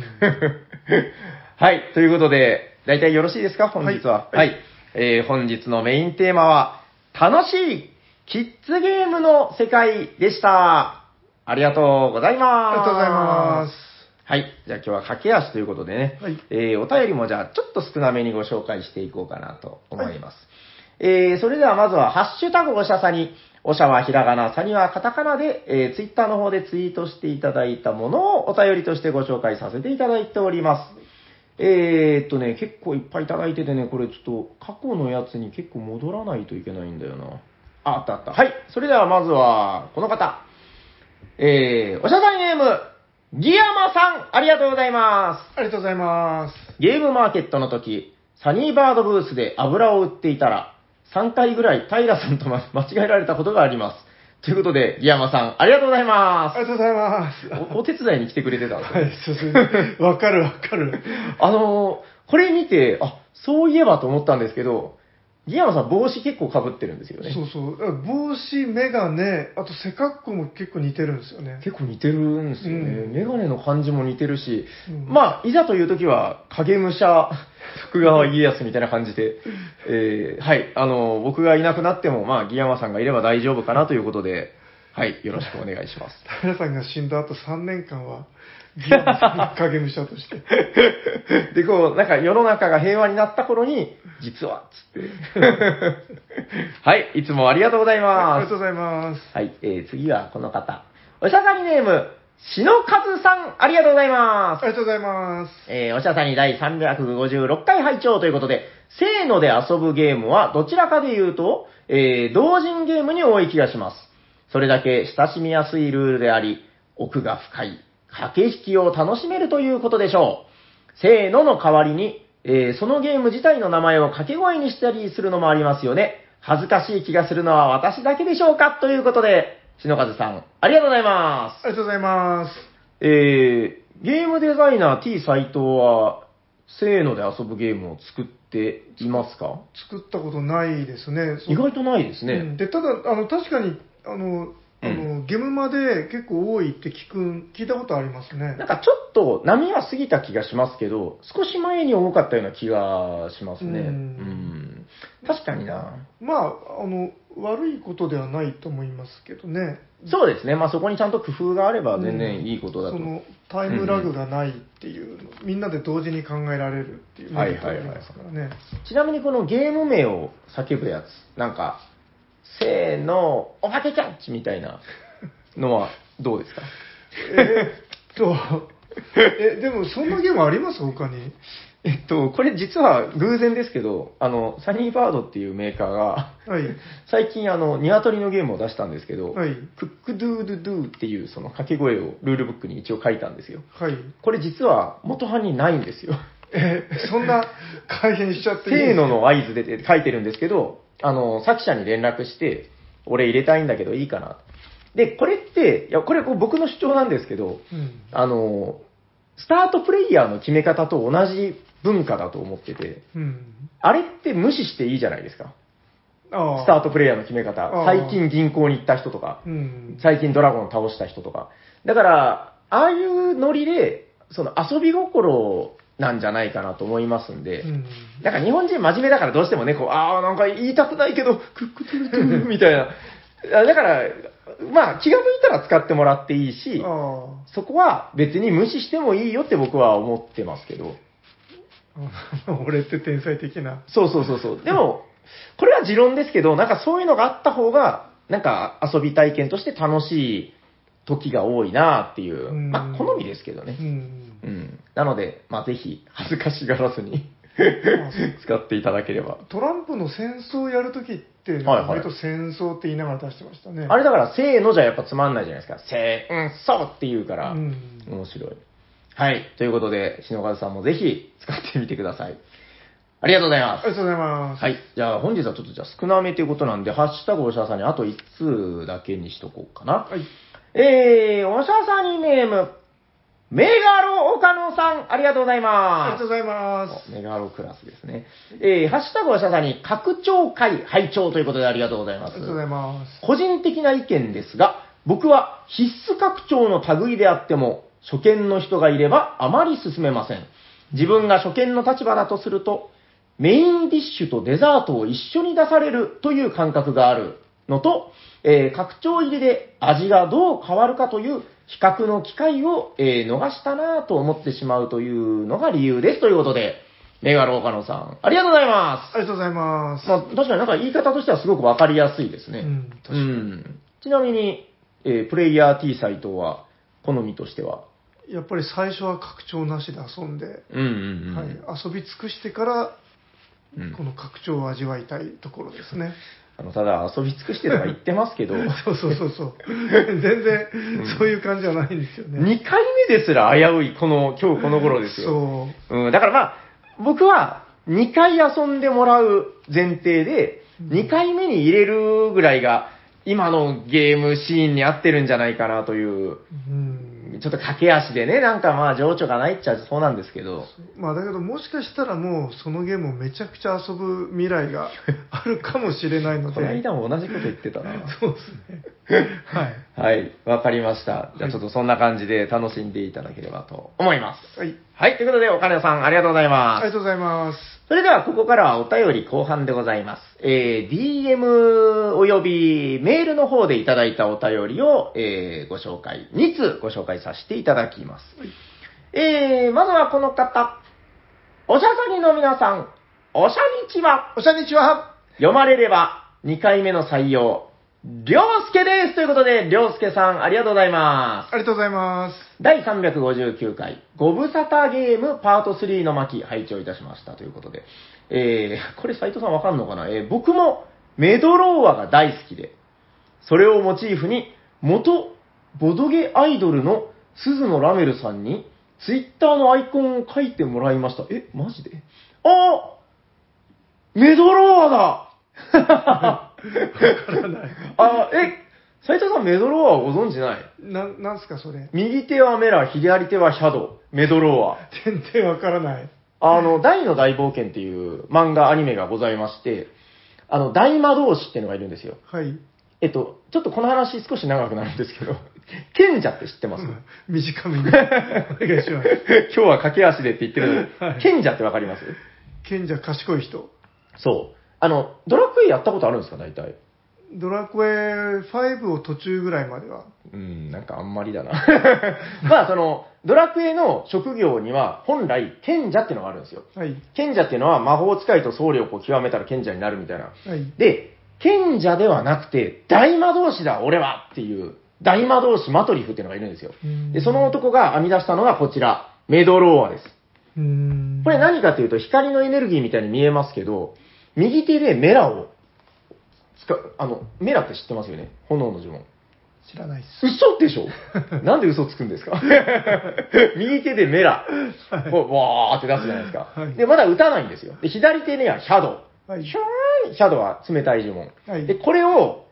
Speaker 2: はい、ということで、大体よろしいですか、本日は。
Speaker 1: は
Speaker 2: はいい。えー本日のメインテーマは、楽しいキッズゲームの世界でした。ありがとうござい
Speaker 1: あ
Speaker 2: ます。。
Speaker 1: りがとうございます
Speaker 2: はい。じゃあ今日は駆け足ということでね、
Speaker 1: はい
Speaker 2: えーお便りもじゃあちょっと少なめにご紹介していこうかなと思います。えーそれではまずは、ハッシュタグおしゃさに、おしゃはひらがな、さにはカタカナで、えー、ツイッターの方でツイートしていただいたものをお便りとしてご紹介させていただいております。えー、っとね、結構いっぱいいただいててね、これちょっと過去のやつに結構戻らないといけないんだよな。あ、あったあった。はい。それではまずは、この方。えー、おしゃさんゲーム、ギヤマさん、ありがとうございます。
Speaker 1: ありがとうございます
Speaker 2: ゲームマーケットの時、サニーバードブースで油を売っていたら、3回ぐらい平さんとま [laughs] 間違えられたことがあります。ということで、ギヤマさん、ありがとうございま
Speaker 1: ありがとうございます
Speaker 2: す。おお手伝いに来てくれてたんです
Speaker 1: は
Speaker 2: ね
Speaker 1: いそうそうわかるわかる
Speaker 2: あのーこれ見て、あ、そういえばと思ったんですけど、ギヤマさん帽子結構被ってるんですよね。
Speaker 1: そうそう帽子メガネあと背格好も結構似てるんですよね
Speaker 2: 結構似てるんですよね。
Speaker 1: うん
Speaker 2: メガネの感じも似てるし、
Speaker 1: うん
Speaker 2: まあ、いざという時は、影武
Speaker 1: [laughs]
Speaker 2: 者、徳川家康みたいな感じで、えーはい、あの、僕がいなくなっても、まあ、ギヤマさんがいれば大丈夫かなということで、はい、よろしくお願い
Speaker 1: [laughs]
Speaker 2: します。
Speaker 1: 平さんが死んだ後3年間はギアさんの影武者として
Speaker 2: で、こう、なんか世の中が平和になった頃に、実は、
Speaker 1: [laughs]
Speaker 2: つって。はい、いつもありがとうござい
Speaker 1: あり
Speaker 2: ま
Speaker 1: が
Speaker 2: す
Speaker 1: と。うございます
Speaker 2: はい、えー、次はこの方。おしゃさにネーム、しのかずさん、ありがとうございます
Speaker 1: あ。りがとうございます
Speaker 2: えーおしゃさに第356回拝聴ということで、せーので遊ぶゲームはどちらかで言うと、えー同人ゲームに多い気がします。それだけ親しみやすいルールであり、奥が深い、駆け引きを楽しめるということでしょう。せーのの代わりに、えーそのゲーム自体の名前を掛け声にしたりするのもありますよね。恥ずかしい気がするのは私だけでしょうかということで、篠和さん、ありがとうございます。
Speaker 1: ありがとうございます
Speaker 2: えー、ゲームデザイナー T 斎藤は、せーので遊ぶゲームを作っていますか
Speaker 1: 作ったことないですねそう
Speaker 2: 意外とないで
Speaker 1: う
Speaker 2: す
Speaker 1: ん
Speaker 2: ね。
Speaker 1: でただあの確かにあのあの、ゲムマで結構多いって聞くん聞いたことありますね
Speaker 2: なんかちょっと波は過ぎた気がしますけど、少し前に多かったような気がしますね。
Speaker 1: う
Speaker 2: うんん。確かにな。
Speaker 1: まああの悪いことではないと思いますけどね
Speaker 2: そうですね。まあそこにちゃんと工夫があれば全然いいことだと。
Speaker 1: そのタイムラグがないっていうの、みんなで同時に考えられるっていう
Speaker 2: はいはいはい
Speaker 1: メリットがありますからね、
Speaker 2: ちなみにこのゲーム名を叫ぶやつ、なんか、せーの、お化けキャッチみたいなのはどうですか
Speaker 1: えっとえでもそんなゲームあります他に
Speaker 2: えっと、これ実は偶然ですけど、あの、サニーバードっていうメーカーが、
Speaker 1: はい
Speaker 2: 最近あの、鶏のゲームを出したんですけど、
Speaker 1: はい
Speaker 2: クックドゥードゥドゥっていうその掛け声をルールブックに一応書いたんですよ。
Speaker 1: はい
Speaker 2: これ実は元版にないんですよ。
Speaker 1: えそんな改変しちゃっていい
Speaker 2: せーのの合図でって書いてるんですけど、あの、作者に連絡して、俺入れたいんだけどいいかな。で、これって、いや、これこう僕の主張なんですけど、
Speaker 1: うん
Speaker 2: あの、スタートプレイヤーの決め方と同じ文化だと思ってて、
Speaker 1: うん
Speaker 2: あれって無視していいじゃないですか。
Speaker 1: ああ
Speaker 2: スタートプレイヤーの決め方
Speaker 1: あ。あ
Speaker 2: 最近銀行に行った人とか、
Speaker 1: うん
Speaker 2: 最近ドラゴンを倒した人とか。だから、ああいうノリで、その遊び心なんじゃないかなと思いますんで、
Speaker 1: うん
Speaker 2: なんか日本人真面目だからどうしてもね、こう、ああ、なんか言いたくないけど、クックトゥルトゥルみたいな。
Speaker 1: [laughs]
Speaker 2: あだから、まあ気が向いたら使ってもらっていいし、
Speaker 1: あ
Speaker 2: そこは別に無視してもいいよって僕は思ってますけど。
Speaker 1: あ俺って天才的な
Speaker 2: そうそうそうそう。でも、これは持論ですけど、なんかそういうのがあった方が、なんか遊び体験として楽しい時が多いなっていう、
Speaker 1: うん
Speaker 2: まあ好みですけど
Speaker 1: う
Speaker 2: ね。
Speaker 1: ん [laughs]
Speaker 2: うん。なので、まあぜひ恥ずかしがらずに使っていただければ。
Speaker 1: トランプの戦争やるときって、
Speaker 2: はいはい
Speaker 1: 割と戦争って言いながら出してましたね。
Speaker 2: あれだから、せーのじゃやっぱつまんないじゃないですか。せーん、そうって言うから、
Speaker 1: うん
Speaker 2: 面白い。はい。ということで、篠和さんもぜひ使ってみてください。ありがとうございます
Speaker 1: あ。りがとうございます。
Speaker 2: はい。じゃあ本日はちょっとじゃあ少なめということなんで、ハッシュタグおしゃさんにあと1通だけにしとこうかな。
Speaker 1: はい。
Speaker 2: えー、おしゃさにネーム、メガロ岡野さん、ありがとうござい
Speaker 1: あり
Speaker 2: ま
Speaker 1: がとう
Speaker 2: す。
Speaker 1: ございます。
Speaker 2: メガロクラスですね。えー、ハッシュタグおしゃさに拡張会拝聴ということでありがとうござい
Speaker 1: あ
Speaker 2: ま
Speaker 1: り
Speaker 2: す
Speaker 1: がと。うございます。
Speaker 2: 個人的な意見ですが、僕は必須拡張の類であっても、初見の人がいればあまり進めません。自分が初見の立場だとすると、メインディッシュとデザートを一緒に出されるという感覚があるのと、えー拡張入りで味がどう変わるかという比較の機会を、えー逃したなぁと思ってしまうというのが理由ですということで、メガローカノさん、ありがとうございます。
Speaker 1: ありがとうございます。
Speaker 2: まあ、確かになんか言い方としてはすごくわかりやすいですね。
Speaker 1: うん、確か
Speaker 2: う
Speaker 1: に。
Speaker 2: ん、ちなみに、えープレイヤー T 斎藤は、好みとしては、
Speaker 1: やっぱり最初は拡張なしで遊んで、
Speaker 2: うんうんうん
Speaker 1: はい、遊び尽くしてから、
Speaker 2: うん
Speaker 1: この拡張を味わいたいところですね。
Speaker 2: あのただ、遊び尽くしてとか言ってます
Speaker 1: [laughs]
Speaker 2: けど、2
Speaker 1: そうそうそうそう。全然、そういう感じじゃないんですよね。
Speaker 2: 回目ですら危うい、この、今日この頃ですよ。
Speaker 1: そ
Speaker 2: うん、だからまあ、僕は、2回遊んでもらう前提で、2回目に入れるぐらいが、今のゲームシーンに合ってるんじゃないかなという、
Speaker 1: う。うん。
Speaker 2: ちょっと駆け足でね、なんかまあ、情緒がないっちゃそうなんですけど、
Speaker 1: まあだけどもしかしたらもうそのゲームをめちゃくちゃ遊ぶ未来 [laughs] があるかもしれないので。
Speaker 2: この間も同じこと言ってたな。
Speaker 1: そうですね。はい。
Speaker 2: はい、わかりました。じゃあちょっとそんな感じで楽しんでいただければと思います。
Speaker 1: はい。
Speaker 2: はい、ということで、岡野さんありがとうござい
Speaker 1: あ
Speaker 2: ま
Speaker 1: りが
Speaker 2: す。
Speaker 1: とうございます。
Speaker 2: それでは、ここからはお便り後半でございます。えー、DM およびメールの方でいただいたお便りを、えー、ご紹介、2通ご紹介させていただきます。えー、まずはこの方。おしゃさぎの皆さん、おしゃにちは。
Speaker 1: おしゃにちは
Speaker 2: 読まれれば2回目の採用、りょうすけですということで、りょうすけさんありがとうございます。
Speaker 1: ありがとうございます。
Speaker 2: 第359回、ご無沙汰ゲームパート3の巻、拝聴いたしましたということで。えー、これ斉藤さんわかんのかなえー、僕もメドローアが大好きで、それをモチーフに、元ボドゲアイドルの鈴野ラメルさんに、ツイッターのアイコンを書いてもらいました。え、マジであメドローアだ [laughs] あ、え、斉藤さんメドローアをご存知ない
Speaker 1: な、なんすかそれ。
Speaker 2: 右手はメラ、左手はシャドウ、メドロー
Speaker 1: 全然わからない。
Speaker 2: ア。
Speaker 1: [laughs]
Speaker 2: あの、大の大冒険っていう漫画アニメがございまして、あの、大魔導士っていうのがいるんですよ。
Speaker 1: はい。
Speaker 2: えっと、ちょっとこの話少し長くなるんですけど、 [laughs] 賢者って知ってます、
Speaker 1: うん短めに。 [laughs] お願いします。
Speaker 2: [laughs] 今日は駆け足でって言ってるの
Speaker 1: は
Speaker 2: に、
Speaker 1: い
Speaker 2: 賢者ってわかります
Speaker 1: 賢者賢い人。
Speaker 2: そう。あの、ドラクエやったことあるんですか、大体。
Speaker 1: ドラクエ5を途中ぐらいまでは。
Speaker 2: うん、なんかあんま
Speaker 1: [laughs]
Speaker 2: りだな。まあ、その、ドラクエの職業には、本来、賢者ってのがあるんですよ。
Speaker 1: はい。
Speaker 2: 賢者っていうのは魔法使いと僧侶をこう極めたら賢者になるみたいな。
Speaker 1: はい。
Speaker 2: で、賢者ではなくて、大魔導士だ、俺はっていう、大魔導士マトリフっていうのがいるんですよ。で、その男が編み出したのがこちら、メドローアです。
Speaker 1: うーん、
Speaker 2: これ何かというと、光のエネルギーみたいに見えますけど、右手でメラを、使うあの、メラって知ってますよね炎の呪文。
Speaker 1: 知らないっす。
Speaker 2: 嘘でしょなんで嘘つくんですか [laughs] 右手でメラ、こうわーって出すじゃないですか。
Speaker 1: はい
Speaker 2: で、まだ打たないんですよ。で、左手にはシャドウ。
Speaker 1: はい
Speaker 2: シャーンシャドウは冷たい呪文。
Speaker 1: はい
Speaker 2: で、これを、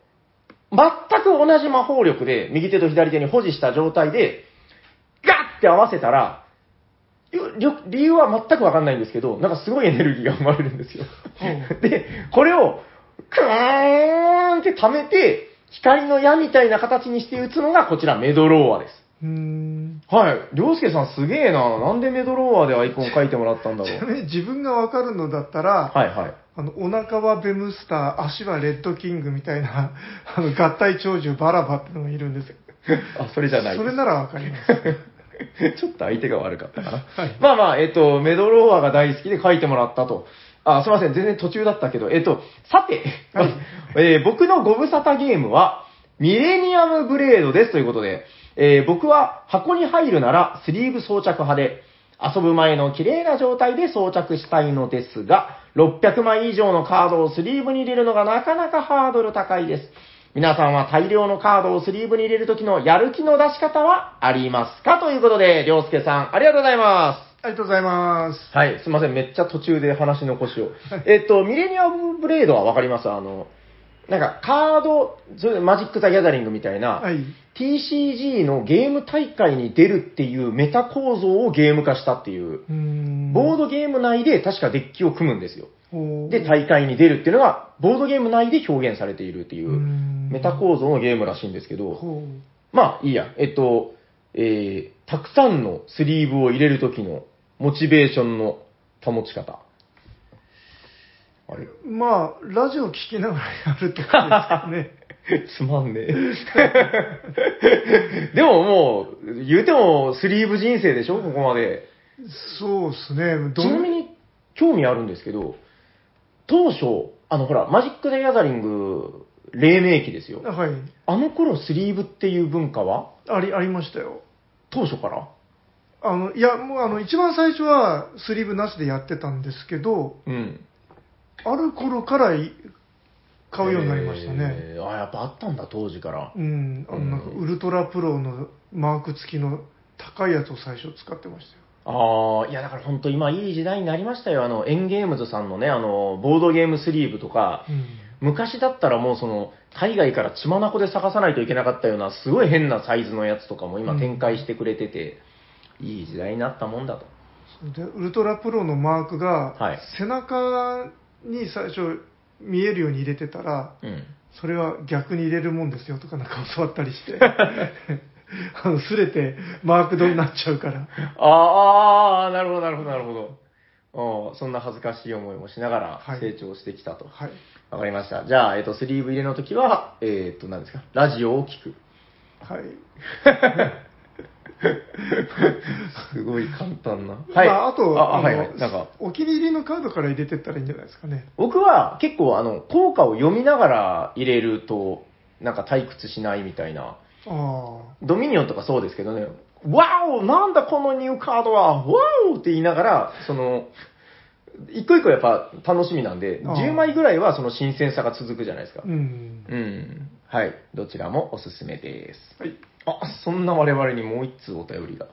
Speaker 2: 全く同じ魔法力で、右手と左手に保持した状態で、ガッって合わせたら、よよ理由は全くわかんないんですけど、なんかすごいエネルギーが生まれるんですよ
Speaker 1: ほ。
Speaker 2: で、これを、クーンって溜めて、光の矢みたいな形にして打つのがこちらメドローアです。
Speaker 1: うーん。
Speaker 2: はい。りょうすけさんすげえな。なんでメドローアでアイコン書いてもらったんだ
Speaker 1: ち
Speaker 2: ろ
Speaker 1: な [laughs]
Speaker 2: う。
Speaker 1: みに自分がわかるのだったら、
Speaker 2: はいはい。
Speaker 1: あの、お腹はベムスター、足はレッドキングみたいな、 [laughs] あの、合体長寿バラバってのがいるんですよ。
Speaker 2: あ、それじゃない
Speaker 1: そ
Speaker 2: です
Speaker 1: れならわかります。
Speaker 2: [laughs] ちょっと相手が悪かったかな。
Speaker 1: はい
Speaker 2: まあまあ、えっと、メドローアが大好きで書いてもらったと。あ、すいません、全然途中だったけど、えっと、さて、
Speaker 1: はい
Speaker 2: [laughs] えー僕のご無沙汰ゲームは、ミレニアムブレードですということで、えー僕は箱に入るならスリーブ装着派で、遊ぶ前の綺麗な状態で装着したいのですが、600枚以上のカードをスリーブに入れるのがなかなかハードル高いです。皆さんは大量のカードをスリーブに入れるときのやる気の出し方はありますかということで、りょうすけさん、ありがとうございます。
Speaker 1: ありがとうございます。
Speaker 2: はい、すいません、めっちゃ途中で話の腰を。えっと、ミレニアムブレードはわかりますあの、なんかカード、それマジック・ザ・ギャザリングみたいな、
Speaker 1: はい。
Speaker 2: TCG のゲーム大会に出るっていうメタ構造をゲーム化したっていう、ボードゲーム内で確かデッキを組むんですよ。
Speaker 1: ド
Speaker 2: で、大会に出るっていうのが、ボードゲーム内で表現されているっていうう、
Speaker 1: ん
Speaker 2: メタ構造のゲームらしいんですけど、
Speaker 1: ほう
Speaker 2: まあ、いいや。えっと、えー、たくさんのスリーブを入れるときのモチベーションの保ち方。あれ [laughs]
Speaker 1: まあ、ラジオ聞きながらやるってことですかね。
Speaker 2: つまんねえ。 [laughs] でももう、言うてもスリーブ人生でしょここまで。 [laughs]
Speaker 1: そうですね。
Speaker 2: ちなみ
Speaker 1: に、
Speaker 2: に興味あるんですけど、当初、あのほら、マジック・ザ・ギャザリング、黎明期ですよ。
Speaker 1: はい。
Speaker 2: あの頃スリーブっていう文化は
Speaker 1: あり、ありましたよ。
Speaker 2: 当初から
Speaker 1: あの、いや、もうあの、一番最初はスリーブなしでやってたんですけど、
Speaker 2: うん。
Speaker 1: ある頃からい買うようになりましたね。
Speaker 2: えー。あ、やっぱあったんだ、当時から。
Speaker 1: うん。あの、なんか
Speaker 2: うん
Speaker 1: ウルトラプロのマーク付きの高いやつを最初使ってましたよ。
Speaker 2: ああ、いやだから本当今いい時代になりましたよ。あの、エンゲームズさんのね、あの、ボードゲームスリーブとか、
Speaker 1: うん。
Speaker 2: 昔だったらもうその、海外から血眼で探さないといけなかったような、すごい変なサイズのやつとかも今
Speaker 1: うん
Speaker 2: 展開してくれてて、いい時代になったもんだと。
Speaker 1: でウルトラプロのマークが、
Speaker 2: はい
Speaker 1: 背中に最初見えるように入れてたら
Speaker 2: うん。
Speaker 1: それは逆に入れるもんですよとかなんか教わったりして
Speaker 2: [laughs]
Speaker 1: あの擦れてマークドになっちゃうから
Speaker 2: ああ、なるほど、なるほど、なるほど。おーそんな恥ずかしい思いもしながら
Speaker 1: はい
Speaker 2: 成長してきたと。わ、
Speaker 1: はい
Speaker 2: かりました。じゃあ、えっと、スリーブ入れの時は、えっと、何ですかラジオを聞く。
Speaker 1: はい、
Speaker 2: すごい簡単な。
Speaker 1: まあ、あと
Speaker 2: あ、
Speaker 1: あの
Speaker 2: はいはい。なんか、
Speaker 1: お気に入りのカードから入れてったらいいんじゃないですかね
Speaker 2: 僕は結構あの、効果を読みながら入れると、なんか退屈しないみたいな。
Speaker 1: あ
Speaker 2: ドミニオンとかそうですけどね、ワオなんだこのニューカードはワオって言いながら、その、一個一個やっぱ楽しみなんで、
Speaker 1: あー
Speaker 2: 10枚ぐらいはその新鮮さが続くじゃないですか
Speaker 1: あう。ん
Speaker 2: うん。はい。どちらもおすすめです。
Speaker 1: はい
Speaker 2: あ、そんな我々にもう一通お便りが。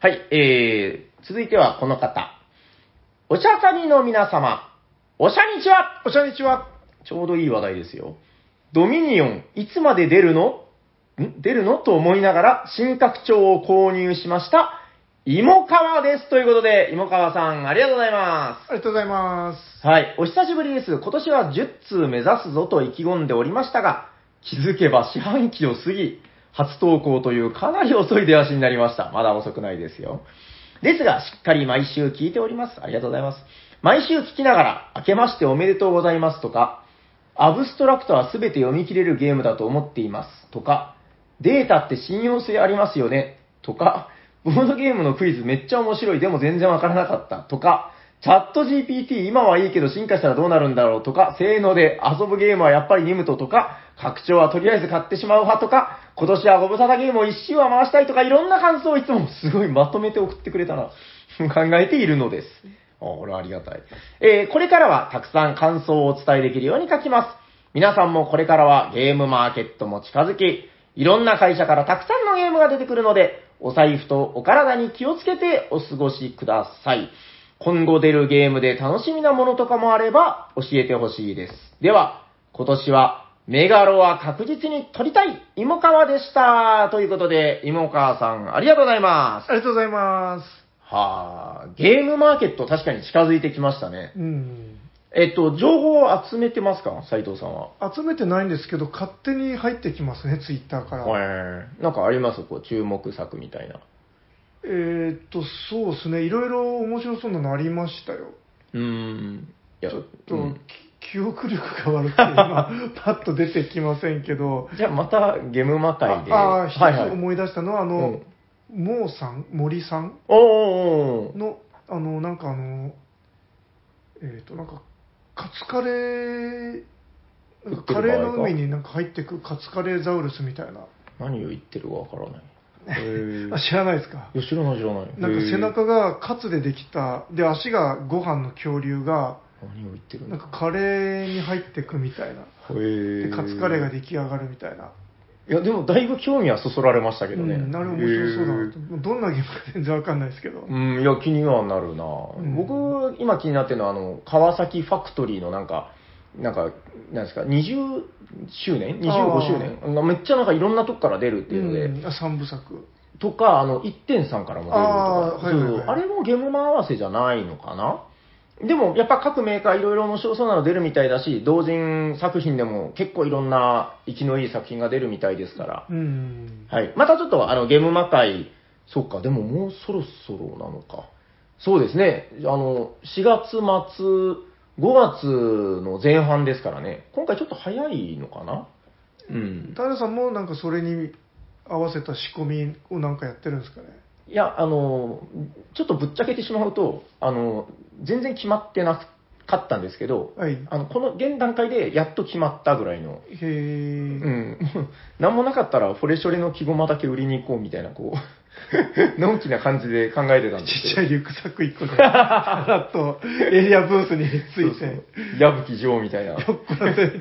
Speaker 2: はい、えー、続いてはこの方。おしゃかにの皆様、おしゃにちは
Speaker 1: おしゃにちは
Speaker 2: ちょうどいい話題ですよ。ドミニオン、いつまで出るのん出るのと思いながら、新拡張を購入しました。芋川です。ということで、芋川さん、ありがとうございます。
Speaker 1: ありがとうございます
Speaker 2: はい、お久しぶりです。今年は10通目指すぞと意気込んでおりましたが、気づけば四半期を過ぎ、初投稿というかなり遅い出足になりました。まだ遅くないですよ。ですが、しっかり毎週聞いております。ありがとうございます。毎週聞きながら、明けましておめでとうございますとか、アブストラクトは全て読み切れるゲームだと思っていますとか、データって信用性ありますよねとか、ボードゲームのクイズめっちゃ面白いでも全然わからなかったとか、チャット GPT 今はいいけど進化したらどうなるんだろうとか、性能で遊ぶゲームはやっぱりニムトとか、拡張はとりあえず買ってしまう派とか、今年はご無沙汰ゲームを一周は回したいとか、いろんな感想をいつもすごいまとめて送ってくれたな。 [laughs] 考えているのです。あこれはありがたい。えーこれからはたくさん感想をお伝えできるように書きます。皆さんもこれからはゲームマーケットも近づき、いろんな会社からたくさんのゲームが出てくるので、お財布とお体に気をつけてお過ごしください。今後出るゲームで楽しみなものとかもあれば教えてほしいです。では、今年はメガロは確実に取りたい、芋川でした。ということで、芋川さんありがとうございます。
Speaker 1: ありがとうございま
Speaker 2: はあ、ゲームマーケット確かに近づいてきましたね
Speaker 1: す。うん
Speaker 2: えっと、情報を集めてますか斉藤さんは。
Speaker 1: 集めてないんですけど勝手に入ってきますねツイッターから
Speaker 2: へーなんかありますこう、注目作みたいな。
Speaker 1: えーっと、そうですね、いろいろ面白そうなのありましたよ。
Speaker 2: うーん。いや、
Speaker 1: ちょっと、
Speaker 2: うん
Speaker 1: き記憶力が悪くて、今、パッと出てきませんけど、
Speaker 2: じゃあまたゲーム魔界で。
Speaker 1: ああ、一
Speaker 2: はいはい。
Speaker 1: つ思い出したのは、あ
Speaker 2: う
Speaker 1: の
Speaker 2: ん、
Speaker 1: モーさん、森さん
Speaker 2: おーおーおー
Speaker 1: の、あの、なんかあの、えーっと、なんか、カツカレー、なんかカレーの海になんか入ってくカツカレーザウルスみたいな。
Speaker 2: 何を言ってるかわからない。へー
Speaker 1: あ知らないですか
Speaker 2: いや、知らない知らな
Speaker 1: な
Speaker 2: い。
Speaker 1: んか
Speaker 2: へー
Speaker 1: 背中がカツでできた、で、足がご飯の恐竜が、
Speaker 2: 何を言ってるん
Speaker 1: な
Speaker 2: だ
Speaker 1: んかカレーに入ってくみたいな。
Speaker 2: へ
Speaker 1: で、
Speaker 2: ー
Speaker 1: カツカレーが出来上がるみたいな。
Speaker 2: いや、でもだいぶ興味はそそられましたけどね。
Speaker 1: うん、なるほど、面白そうだなと
Speaker 2: へー。
Speaker 1: もうどんなゲームか全然わかんないですけど。
Speaker 2: うん、いや、気にはなるな、
Speaker 1: ん
Speaker 2: 僕、今気になってるのは、あの、川崎ファクトリーのなんか、なんか、なんですか、20周年 ?25 周年なんかめっちゃなんかいろんなとこから出るっていうので、
Speaker 1: うんあ三部作。
Speaker 2: とか、あの、1.3からも出ると
Speaker 1: あー
Speaker 2: か、
Speaker 1: はいはいはい
Speaker 2: そうあれもゲームマン合わせじゃないのかなでも、やっぱ各メーカーいろいろ面白そうなの出るみたいだし、同人作品でも結構いろんな生きのいい作品が出るみたいですから。
Speaker 1: うん。
Speaker 2: はい。またちょっと、あの、ゲーム魔界、そっか、でももうそろそろなのか。そうですね。あの、4月末、5月の前半ですからね。今回ちょっと早いのかなうん。
Speaker 1: 平さんもなんかそれに合わせた仕込みをなんかやってるんですかね。
Speaker 2: いや、あの、ちょっとぶっちゃけてしまうと、あの、全然決まってなかったんですけど、
Speaker 1: はい。
Speaker 2: あの、この現段階でやっと決まったぐらいの、
Speaker 1: へ
Speaker 2: う
Speaker 1: え。
Speaker 2: ん、 [laughs] なんもなかったら、フォレショレの木駒だけ売りに行こうみたいな、こう、 [laughs] のんきな感じで考えてたんです
Speaker 1: ちっ
Speaker 2: け
Speaker 1: ちゃ
Speaker 2: ど。
Speaker 1: いリュックサック1個で、さらっとエリアブースに
Speaker 2: [laughs]
Speaker 1: ついて、
Speaker 2: 矢吹城みた
Speaker 1: [laughs]
Speaker 2: いな。
Speaker 1: こうやって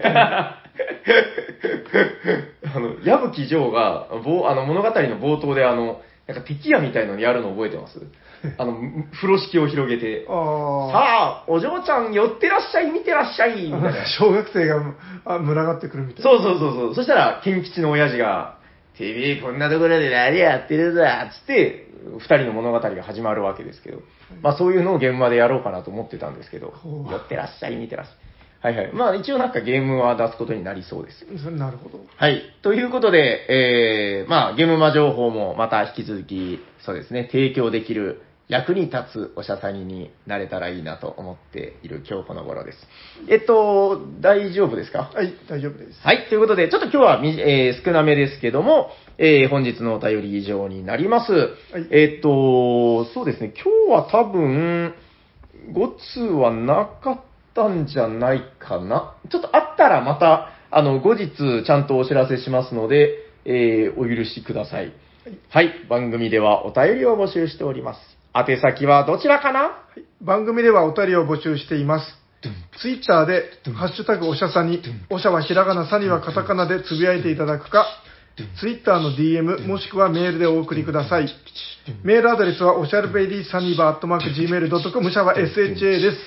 Speaker 2: あの、矢吹城が、ぼうあの、物語の冒頭で、あの、なんか敵屋みたいのにやるの覚えてますあの、風呂敷を広げて、
Speaker 1: ああ、
Speaker 2: さあ、お嬢ちゃん寄ってらっしゃい、見てらっしゃい、みたいな。
Speaker 1: 小学生があ群がってくるみたいな。
Speaker 2: そうそうそうそう。そしたら、ケン吉の親父が、てめえ、こんなところで何やってるんだ、つって、二人の物語が始まるわけですけど、まあそういうのを現場でやろうかなと思ってたんですけど、
Speaker 1: ほう
Speaker 2: 寄ってらっしゃい、見てらっしゃい。はいはい。まあ一応なんかゲームは出すことになりそうです。
Speaker 1: なるほど。
Speaker 2: はい。ということで、えー、まあ、ゲームマ情報もまた引き続き、そうですね、提供できる、役に立つおしゃさにになれたらいいなと思っている今日この頃です。えっと、大丈夫ですか
Speaker 1: はい、大丈夫です。
Speaker 2: はい。ということで、ちょっと今日はみ、えー少なめですけども、えー本日のお便り以上になります。
Speaker 1: い
Speaker 2: えーっと、そうですね、今日は多分、5通はなかったんじゃないかな。ちょっとあったらまた、あの、後日ちゃんとお知らせしますので、えーお許しください。はい。番組ではお便りを募集しております。宛先はどちらかな
Speaker 1: 番組ではお便りを募集しています。ツイッターで、ハッシュタグおしゃさに、おしゃはひらがな、さにはカタカナでつぶやいていただくか、ツイッターの DM もしくはメールでお送りください。メールアドレスはおしゃるべりサニバーットマーク Gmail.com 社は SHA です。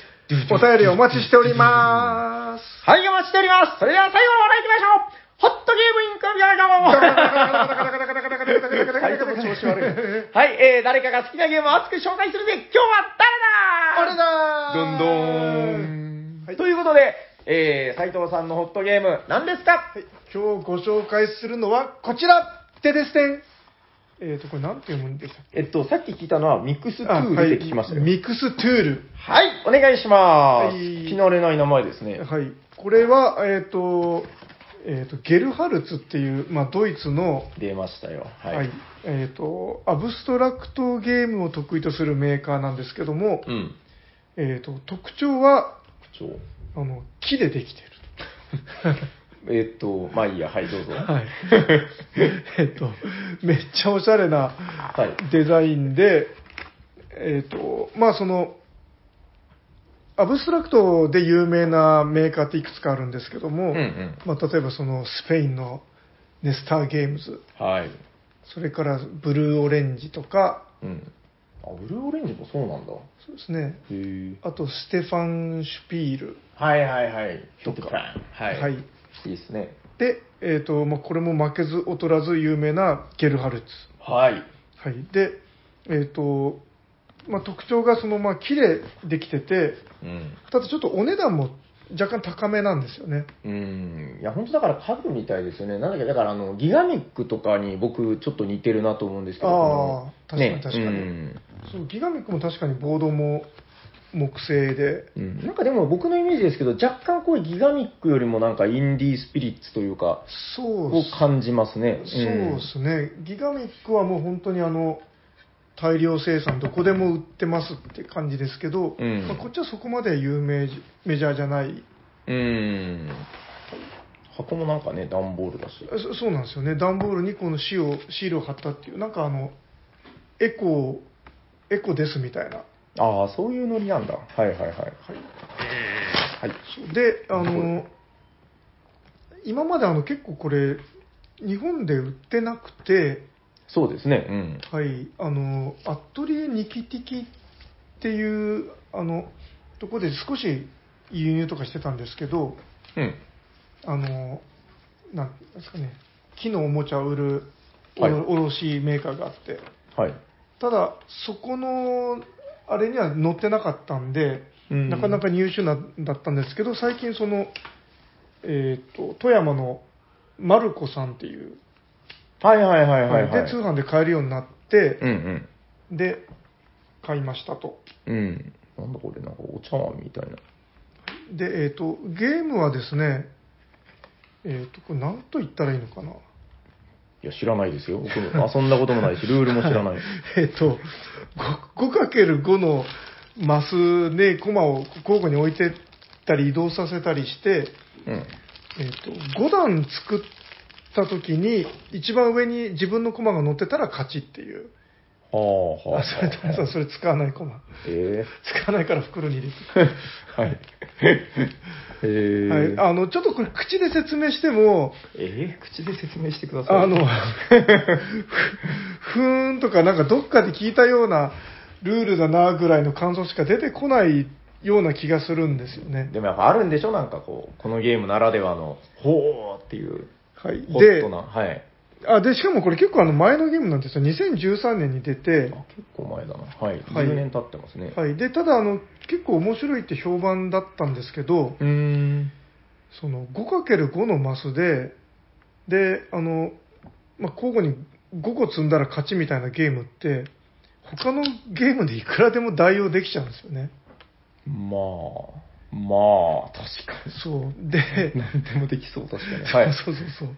Speaker 1: お便りお待ちしております。
Speaker 2: はい、お待ちしております。それでは最後のお題いきましょうホットゲームインカビアガモ二人とも調子悪い。はい、えー、誰かが好きなゲームを熱く紹介するぜ今日は誰
Speaker 1: 俺
Speaker 2: だ
Speaker 1: だ
Speaker 2: どんどーん、ということで、えー、斉藤さんのホットゲーム、何ですか、
Speaker 1: 今日ご紹介するのはこちらテデステンえっ、と、これなんて読むんでしたっ
Speaker 2: えっと、さっき聞いたのはミックス
Speaker 1: け
Speaker 2: トゥールって聞きましたよ。はい、
Speaker 1: ミックストゥール。
Speaker 2: お願いしま
Speaker 1: は
Speaker 2: す。
Speaker 1: い
Speaker 2: 聞き慣れない名前ですね。
Speaker 1: はい。これは、えっ、と、えっ、と、ゲルハルツっていう、まあ、ドイツの、
Speaker 2: 出ましたよ。は。
Speaker 1: はいい、えっ、と、アブストラクトゲームを得意とするメーカーなんですけども、
Speaker 2: うん。
Speaker 1: えっ、と、特徴は、
Speaker 2: 口調
Speaker 1: あの、木でできてる。 [laughs]
Speaker 2: えっと、まあいいや、はい、どうぞ。
Speaker 1: はい。えっと、めっちゃおしゃれな
Speaker 2: はい
Speaker 1: デザインで、えっと、まあその、アブストラクトで有名なメーカーっていくつかあるんですけども、
Speaker 2: [laughs] うんうん
Speaker 1: まあ、例えばそのスペインのネスターゲームズ、
Speaker 2: はい。
Speaker 1: それからブルーオレンジとか、
Speaker 2: うん。あ、ブルーオレンジもそうなんだ。へ
Speaker 1: そうですね、
Speaker 2: え。
Speaker 1: あとステファン・シュピール、
Speaker 2: はいはいはい。ヒ
Speaker 1: と
Speaker 2: ッ
Speaker 1: か
Speaker 2: トプラン。はい。
Speaker 1: はいい
Speaker 2: いですね。
Speaker 1: で、えっとまあ、これも負けず劣らず有名なゲルハルツ、
Speaker 2: はい。
Speaker 1: はい、で、えっ、と、まあ、特徴がその、まあ、木でできてて、
Speaker 2: うん。
Speaker 1: ただちょっとお値段も若干高めなんですよね。
Speaker 2: うん。いや、本当だから家具みたいですよね。なんだっけ、だからあの、ギガミックとかに僕ちょっと似てるなと思うんですけど。
Speaker 1: ああ、
Speaker 2: こ
Speaker 1: 確か
Speaker 2: の
Speaker 1: に確かに。
Speaker 2: ね
Speaker 1: そう、ギガミックも確かにボードも木製で、
Speaker 2: うん。うんなんかでも僕のイメージですけど、若干こうギガミックよりもなんかインディースピリッツというか、
Speaker 1: そう
Speaker 2: を
Speaker 1: っす
Speaker 2: 感じますね。
Speaker 1: そうですね、ギガミックはもう本当にあの、大量生産どこでも売ってますって感じですけど、
Speaker 2: うん
Speaker 1: まあ、こっちはそこまで有名じメジャーじゃない
Speaker 2: うん。うん。箱もなんかね、段ボールだし。
Speaker 1: そそうなんですよね段ボールにこのシールをシールを貼ったっていうなんかあのエコエコですみたいな
Speaker 2: ああ、そういうノリなんだ。はいはいはい。はい。はい。
Speaker 1: そうであの今まであの結構これ日本で売ってなくて
Speaker 2: そうですね。うん。
Speaker 1: はいあのアトリエニキティキっていうあのとこで少し輸入とかしてたんですけど
Speaker 2: うん。
Speaker 1: あのなんですかね木のおもちゃを売るお
Speaker 2: はい
Speaker 1: ろ卸メーカーがあって、
Speaker 2: はい。
Speaker 1: ただそこのあれには載ってなかったんで、
Speaker 2: うん
Speaker 1: なかなか入手なだったんですけど最近その、えー、と富山のマルコさんっていう、
Speaker 2: はいはいはいはい、はい。
Speaker 1: で通販で買えるようになって
Speaker 2: う、ん
Speaker 1: で買いましたと
Speaker 2: うん。うん。なんだこれ、なんかお茶碗みたいな。
Speaker 1: で、えー、とゲームはですねえー、とこれ何と言ったらいいのかない [laughs]
Speaker 2: や、知らないですよ。僕、遊んだことも [laughs] ないし、ルールも知らない。
Speaker 1: えっと、5×5 のマスでコマを交互に置いてったり移動させたりして、
Speaker 2: うん。
Speaker 1: えっと、5段作った時に一番上に自分のコマが乗ってたら勝ちっていう。
Speaker 2: はあはあは
Speaker 1: あ、
Speaker 2: あ。
Speaker 1: それ、皆 [laughs] さんそれ使わないコマ。
Speaker 2: え
Speaker 1: 使わないから袋に入れて。
Speaker 2: え [laughs] はい。えー、
Speaker 1: はい。あの、ちょっとこれ口で説明しても、
Speaker 2: えー口で説明してください。
Speaker 1: あの、 [laughs] ふーんとかなんかどっかで聞いたようなルールだなぐらいの感想しか出てこないような気がするんですよね。
Speaker 2: でもやっぱあるんでしょなんかこう、このゲームならではの、ほーっていう、
Speaker 1: はい。
Speaker 2: ホッ
Speaker 1: で
Speaker 2: ト、な。はい。
Speaker 1: あ、で、しかもこれ結構あの前のゲームなんですよ。2013年に出
Speaker 2: あ
Speaker 1: て
Speaker 2: 結、構前だな。はい。
Speaker 1: はい
Speaker 2: 10年経ってますね。
Speaker 1: はい。で、ただあの、結構面白いって評判だったんですけど、
Speaker 2: うーん。
Speaker 1: その 5×5 のマスで、で、あの、まあ、交互に5個積んだら勝ちみたいなゲームって、他のゲームでいくらでも代用できちゃうんですよね。
Speaker 2: まあ、まあ、確か
Speaker 1: そう。で、
Speaker 2: に。 [laughs] 何でもできそう、確かに。は
Speaker 1: [laughs]
Speaker 2: い。
Speaker 1: そうそうそう。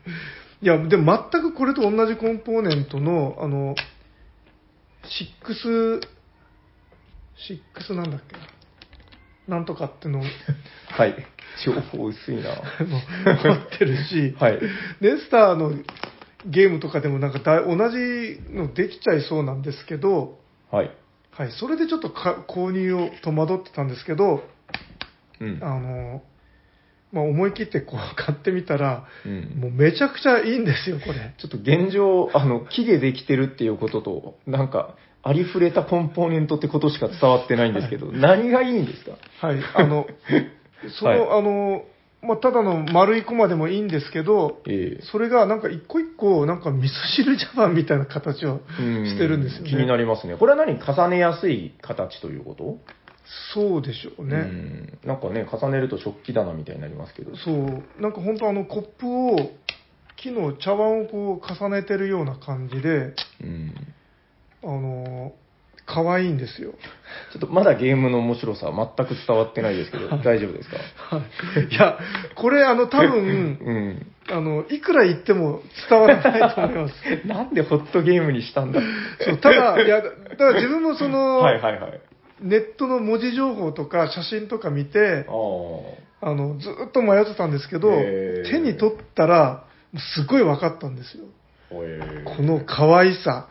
Speaker 1: いや、でも全くこれと同じコンポーネントの、あの、シックス、シックスなんだっけななんとかってのをも
Speaker 2: はい。情報薄いな。
Speaker 1: う持ってるし、
Speaker 2: [laughs] はい。
Speaker 1: レスターのゲームとかでもなんかだい同じのできちゃいそうなんですけど、
Speaker 2: はい。
Speaker 1: はい、それでちょっとか購入を戸惑ってたんですけど、
Speaker 2: うん。
Speaker 1: あの、まあ、思い切ってこう買ってみたら、
Speaker 2: うん
Speaker 1: もうめちゃくちゃいいんですよ、これ。
Speaker 2: ちょっと現状、あの、木でできてるっていうことと、なんか、ありふれたコンポーネントってことしか伝わってないんですけど、 [laughs] 何がいいんですか
Speaker 1: はい、あの、その、
Speaker 2: は
Speaker 1: あの、まあ、ただの丸いコマでもいいんですけど、
Speaker 2: ええ
Speaker 1: それがなんか一個一個、なんか味噌汁茶碗みたいな形を
Speaker 2: うん
Speaker 1: してるんですよね。
Speaker 2: 気になりますね。これは何重ねやすい形ということ
Speaker 1: そうでしょう
Speaker 2: う
Speaker 1: ね。
Speaker 2: んなんかね、重ねると食器棚みたいになりますけど。
Speaker 1: そう、なんか本当あのコップを、木の茶碗をこう重ねてるような感じで、
Speaker 2: うん
Speaker 1: あのー、可愛いんですよ。
Speaker 2: ちょっとまだゲームの面白さは全く伝わってないですけ [laughs] ど、大丈夫ですか
Speaker 1: はいいや、これあの多分、
Speaker 2: [laughs] うん。
Speaker 1: あの、いくら言っても伝わらないと思い
Speaker 2: [laughs]
Speaker 1: ます。
Speaker 2: なんでホットゲームにしたんだ
Speaker 1: そうただ、いや、ただ自分もその、
Speaker 2: はいはいはい。
Speaker 1: ネットの文字情報とか写真とか見て
Speaker 2: あ、あ。
Speaker 1: あの、ずっと迷ってたんですけど
Speaker 2: へ、ー
Speaker 1: 手に取ったら、すごい分かったんですよ。こ
Speaker 2: こ
Speaker 1: の可愛さ。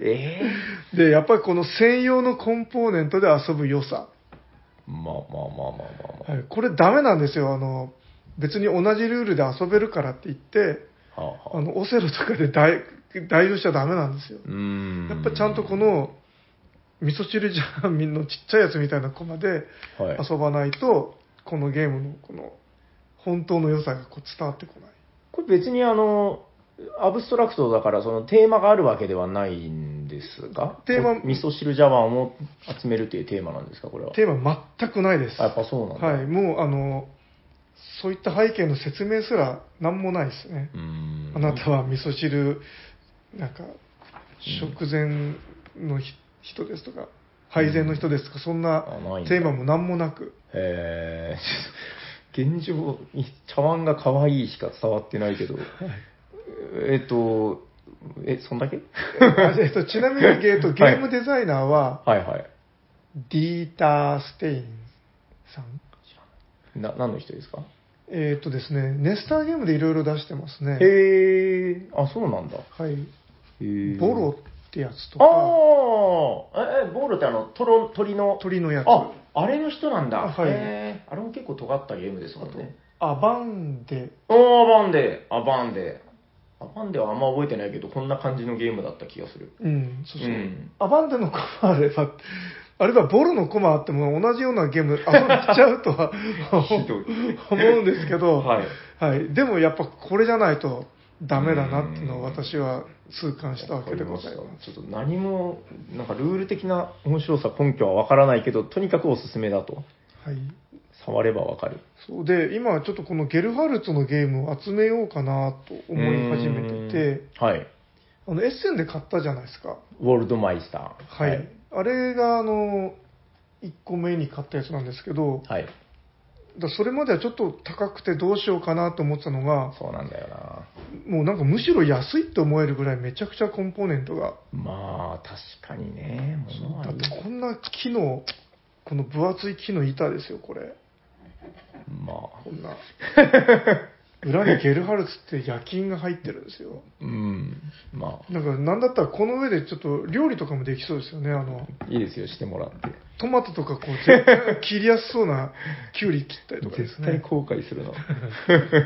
Speaker 2: ええ
Speaker 1: で、やっぱりこの専用のコンポーネントで遊ぶ良さ。
Speaker 2: まあまあまあまあまあま
Speaker 1: はいこれダメなんですよ。あの、別に同じルールで遊べるからって言って、
Speaker 2: あ。は
Speaker 1: あ
Speaker 2: あはあ、
Speaker 1: の、オセロとかで代代用しちゃダメなんですよ。
Speaker 2: うーん。
Speaker 1: やっぱちゃんとこ、の、味噌汁ジャーミンのちっちゃいやつみたいなコマで
Speaker 2: はい、
Speaker 1: 遊ばないと、このゲームのこの、本当の良さがこう伝わってこない。
Speaker 2: これ別にあの、アブストラクトだからそのテーマがあるわけではないんですが、
Speaker 1: テーマ
Speaker 2: 味噌汁茶碗を集めるっていうテーマなんですか、これは。
Speaker 1: テーマ全くないです。
Speaker 2: あやっぱそうなんだ。
Speaker 1: はい、もうあの、そういった背景の説明すら何もないですね
Speaker 2: う。ーん。
Speaker 1: あなたは味噌汁、なんか、食前のひ人ですとか、配膳の人ですとか、そんな
Speaker 2: あないんだ
Speaker 1: テーマも何もなく、
Speaker 2: えー、現状、茶碗が可愛いしか伝わってないけど、えっと、え、そんだけ
Speaker 1: あえっとちなみにゲートゲームデザイナーは、
Speaker 2: はいはい。
Speaker 1: ディーター・ステインさん
Speaker 2: な、何の人ですか
Speaker 1: えーっとですね、ネスターゲームでいろいろ出してますね。
Speaker 2: へえ、あ、そうなんだ。
Speaker 1: はい。
Speaker 2: へー
Speaker 1: ボロってやつとか、
Speaker 2: ああ、え、えボロってあの、トロ鳥の、
Speaker 1: 鳥のやつ。
Speaker 2: あ、あれの人なんだ。
Speaker 1: あはい
Speaker 2: へーあれも結構尖ったゲームですもんね。
Speaker 1: アバンデ。
Speaker 2: あー、アバンデ、アバンデ。アバンデはあんま覚えてないけど、こんな感じのゲームだった気
Speaker 1: [laughs]
Speaker 2: がする。
Speaker 1: うん、そうそう。
Speaker 2: うん
Speaker 1: アバンデのコマあれば、あればボロのコマあっても同じようなゲーム、あんまりしちゃうとは
Speaker 2: ひどい
Speaker 1: 思うんですけど、
Speaker 2: はい。
Speaker 1: はい、でもやっぱこれじゃないとダメだなっていうのを私は痛感したわけでござい
Speaker 2: わかり
Speaker 1: ま
Speaker 2: ましたちょっと何も、なんかルール的な面白さ、根拠はわからないけど、とにかくおすすめだと。
Speaker 1: す。はい。
Speaker 2: 触ればわかる。
Speaker 1: そうで、今ちょっとこのゲルハルツのゲームを集めようかなと思い始めてて、
Speaker 2: うん。はい。
Speaker 1: あの、エッセンで買ったじゃないですか。
Speaker 2: ウォールドマイスター。
Speaker 1: はい。あれがあの、1個目に買ったやつなんですけど、
Speaker 2: はい。
Speaker 1: だそれまではちょっと高くてどうしようかなと思ってたのが、
Speaker 2: そうなんだよな。
Speaker 1: もうなんかむしろ安いって思えるぐらいめちゃくちゃコンポーネントが。
Speaker 2: まあ、確かにね。物は
Speaker 1: だ
Speaker 2: い
Speaker 1: っ
Speaker 2: い
Speaker 1: てこんな木の、この分厚い木の板ですよ、これ。
Speaker 2: まあ、
Speaker 1: こんな。裏にゲルハルツって夜勤が入ってるんですよ。
Speaker 2: うん。ま
Speaker 1: なんか、なんだったらこの上でちょっと料理とかもできそうですよね。あの、
Speaker 2: あ、いいですよ、してもらって。
Speaker 1: トマトとかこう、絶対切りやすそうなキュウリ切ったりとかです
Speaker 2: 絶対
Speaker 1: ね。
Speaker 2: 後悔するな。 [laughs]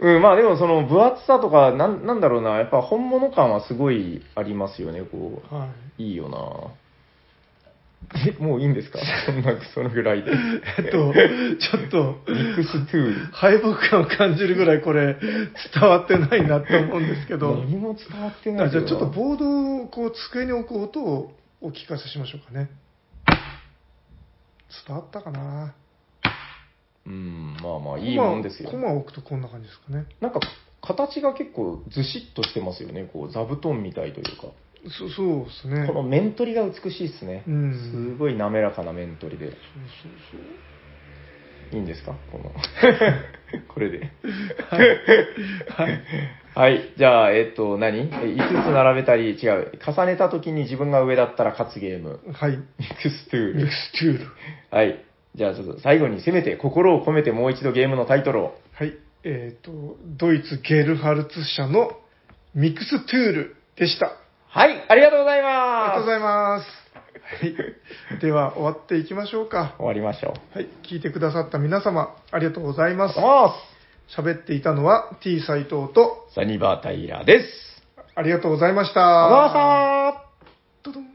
Speaker 2: うん、まあでもその分厚さとか、なんなんだろうな、やっぱ本物感はすごいありますよね、こ
Speaker 1: は
Speaker 2: う。いいよな。え、もういい
Speaker 1: [laughs]
Speaker 2: んですかそんな、そのぐらいで。
Speaker 1: い。えっと、ちょっと、
Speaker 2: ミックス2。
Speaker 1: 敗北感を感じるぐらいこれ、伝わってないなって思うんですけど。
Speaker 2: 何も伝わって
Speaker 1: じゃ
Speaker 2: ない
Speaker 1: あち
Speaker 2: け
Speaker 1: ょ
Speaker 2: ど
Speaker 1: っと
Speaker 2: な
Speaker 1: ボードをこう机に置く音をお聞かせしましょうかね。伝わったかな
Speaker 2: うん、まあまあ、いいもんですよ
Speaker 1: コ。マコマを置くとこんな感じですかね。
Speaker 2: なんか、形が結構ずしっとしてますよね、こう、座布団みたいというか。
Speaker 1: そそうですね。
Speaker 2: この面取りが美しいですね。
Speaker 1: うん
Speaker 2: すごい滑らかな面取りで。
Speaker 1: そうそうそう。
Speaker 2: いいんですか
Speaker 1: [laughs]
Speaker 2: この。これで。
Speaker 1: はい。
Speaker 2: はい。じゃあ、えっと、何え ?5 つ並べたり、違う。重ねた時に自分が上だったら勝つゲーム。
Speaker 1: はい。
Speaker 2: ミックストゥー
Speaker 1: ミッ
Speaker 2: ル
Speaker 1: ク。スチュール。
Speaker 2: はい。じゃあ、ちょっと最後にせめて心を込めてもう一度ゲームのタイトルを。
Speaker 1: はい。えっ、と、ドイツ・ゲルハルツ社のミックストゥールでした。
Speaker 2: はい。ありがとうござい
Speaker 1: ありがとう
Speaker 2: ま
Speaker 1: ご
Speaker 2: す。
Speaker 1: ざいます。はい。では、終わっていきましょうか。
Speaker 2: 終わりましょう。
Speaker 1: はい。聞いてくださった皆様、ありがとうございます
Speaker 2: どう。も
Speaker 1: 喋っていたのは T 斎藤と、
Speaker 2: サニバータイラーです。
Speaker 1: ありがとうございました。
Speaker 2: ありがと
Speaker 1: ド
Speaker 2: うございました。
Speaker 1: ドン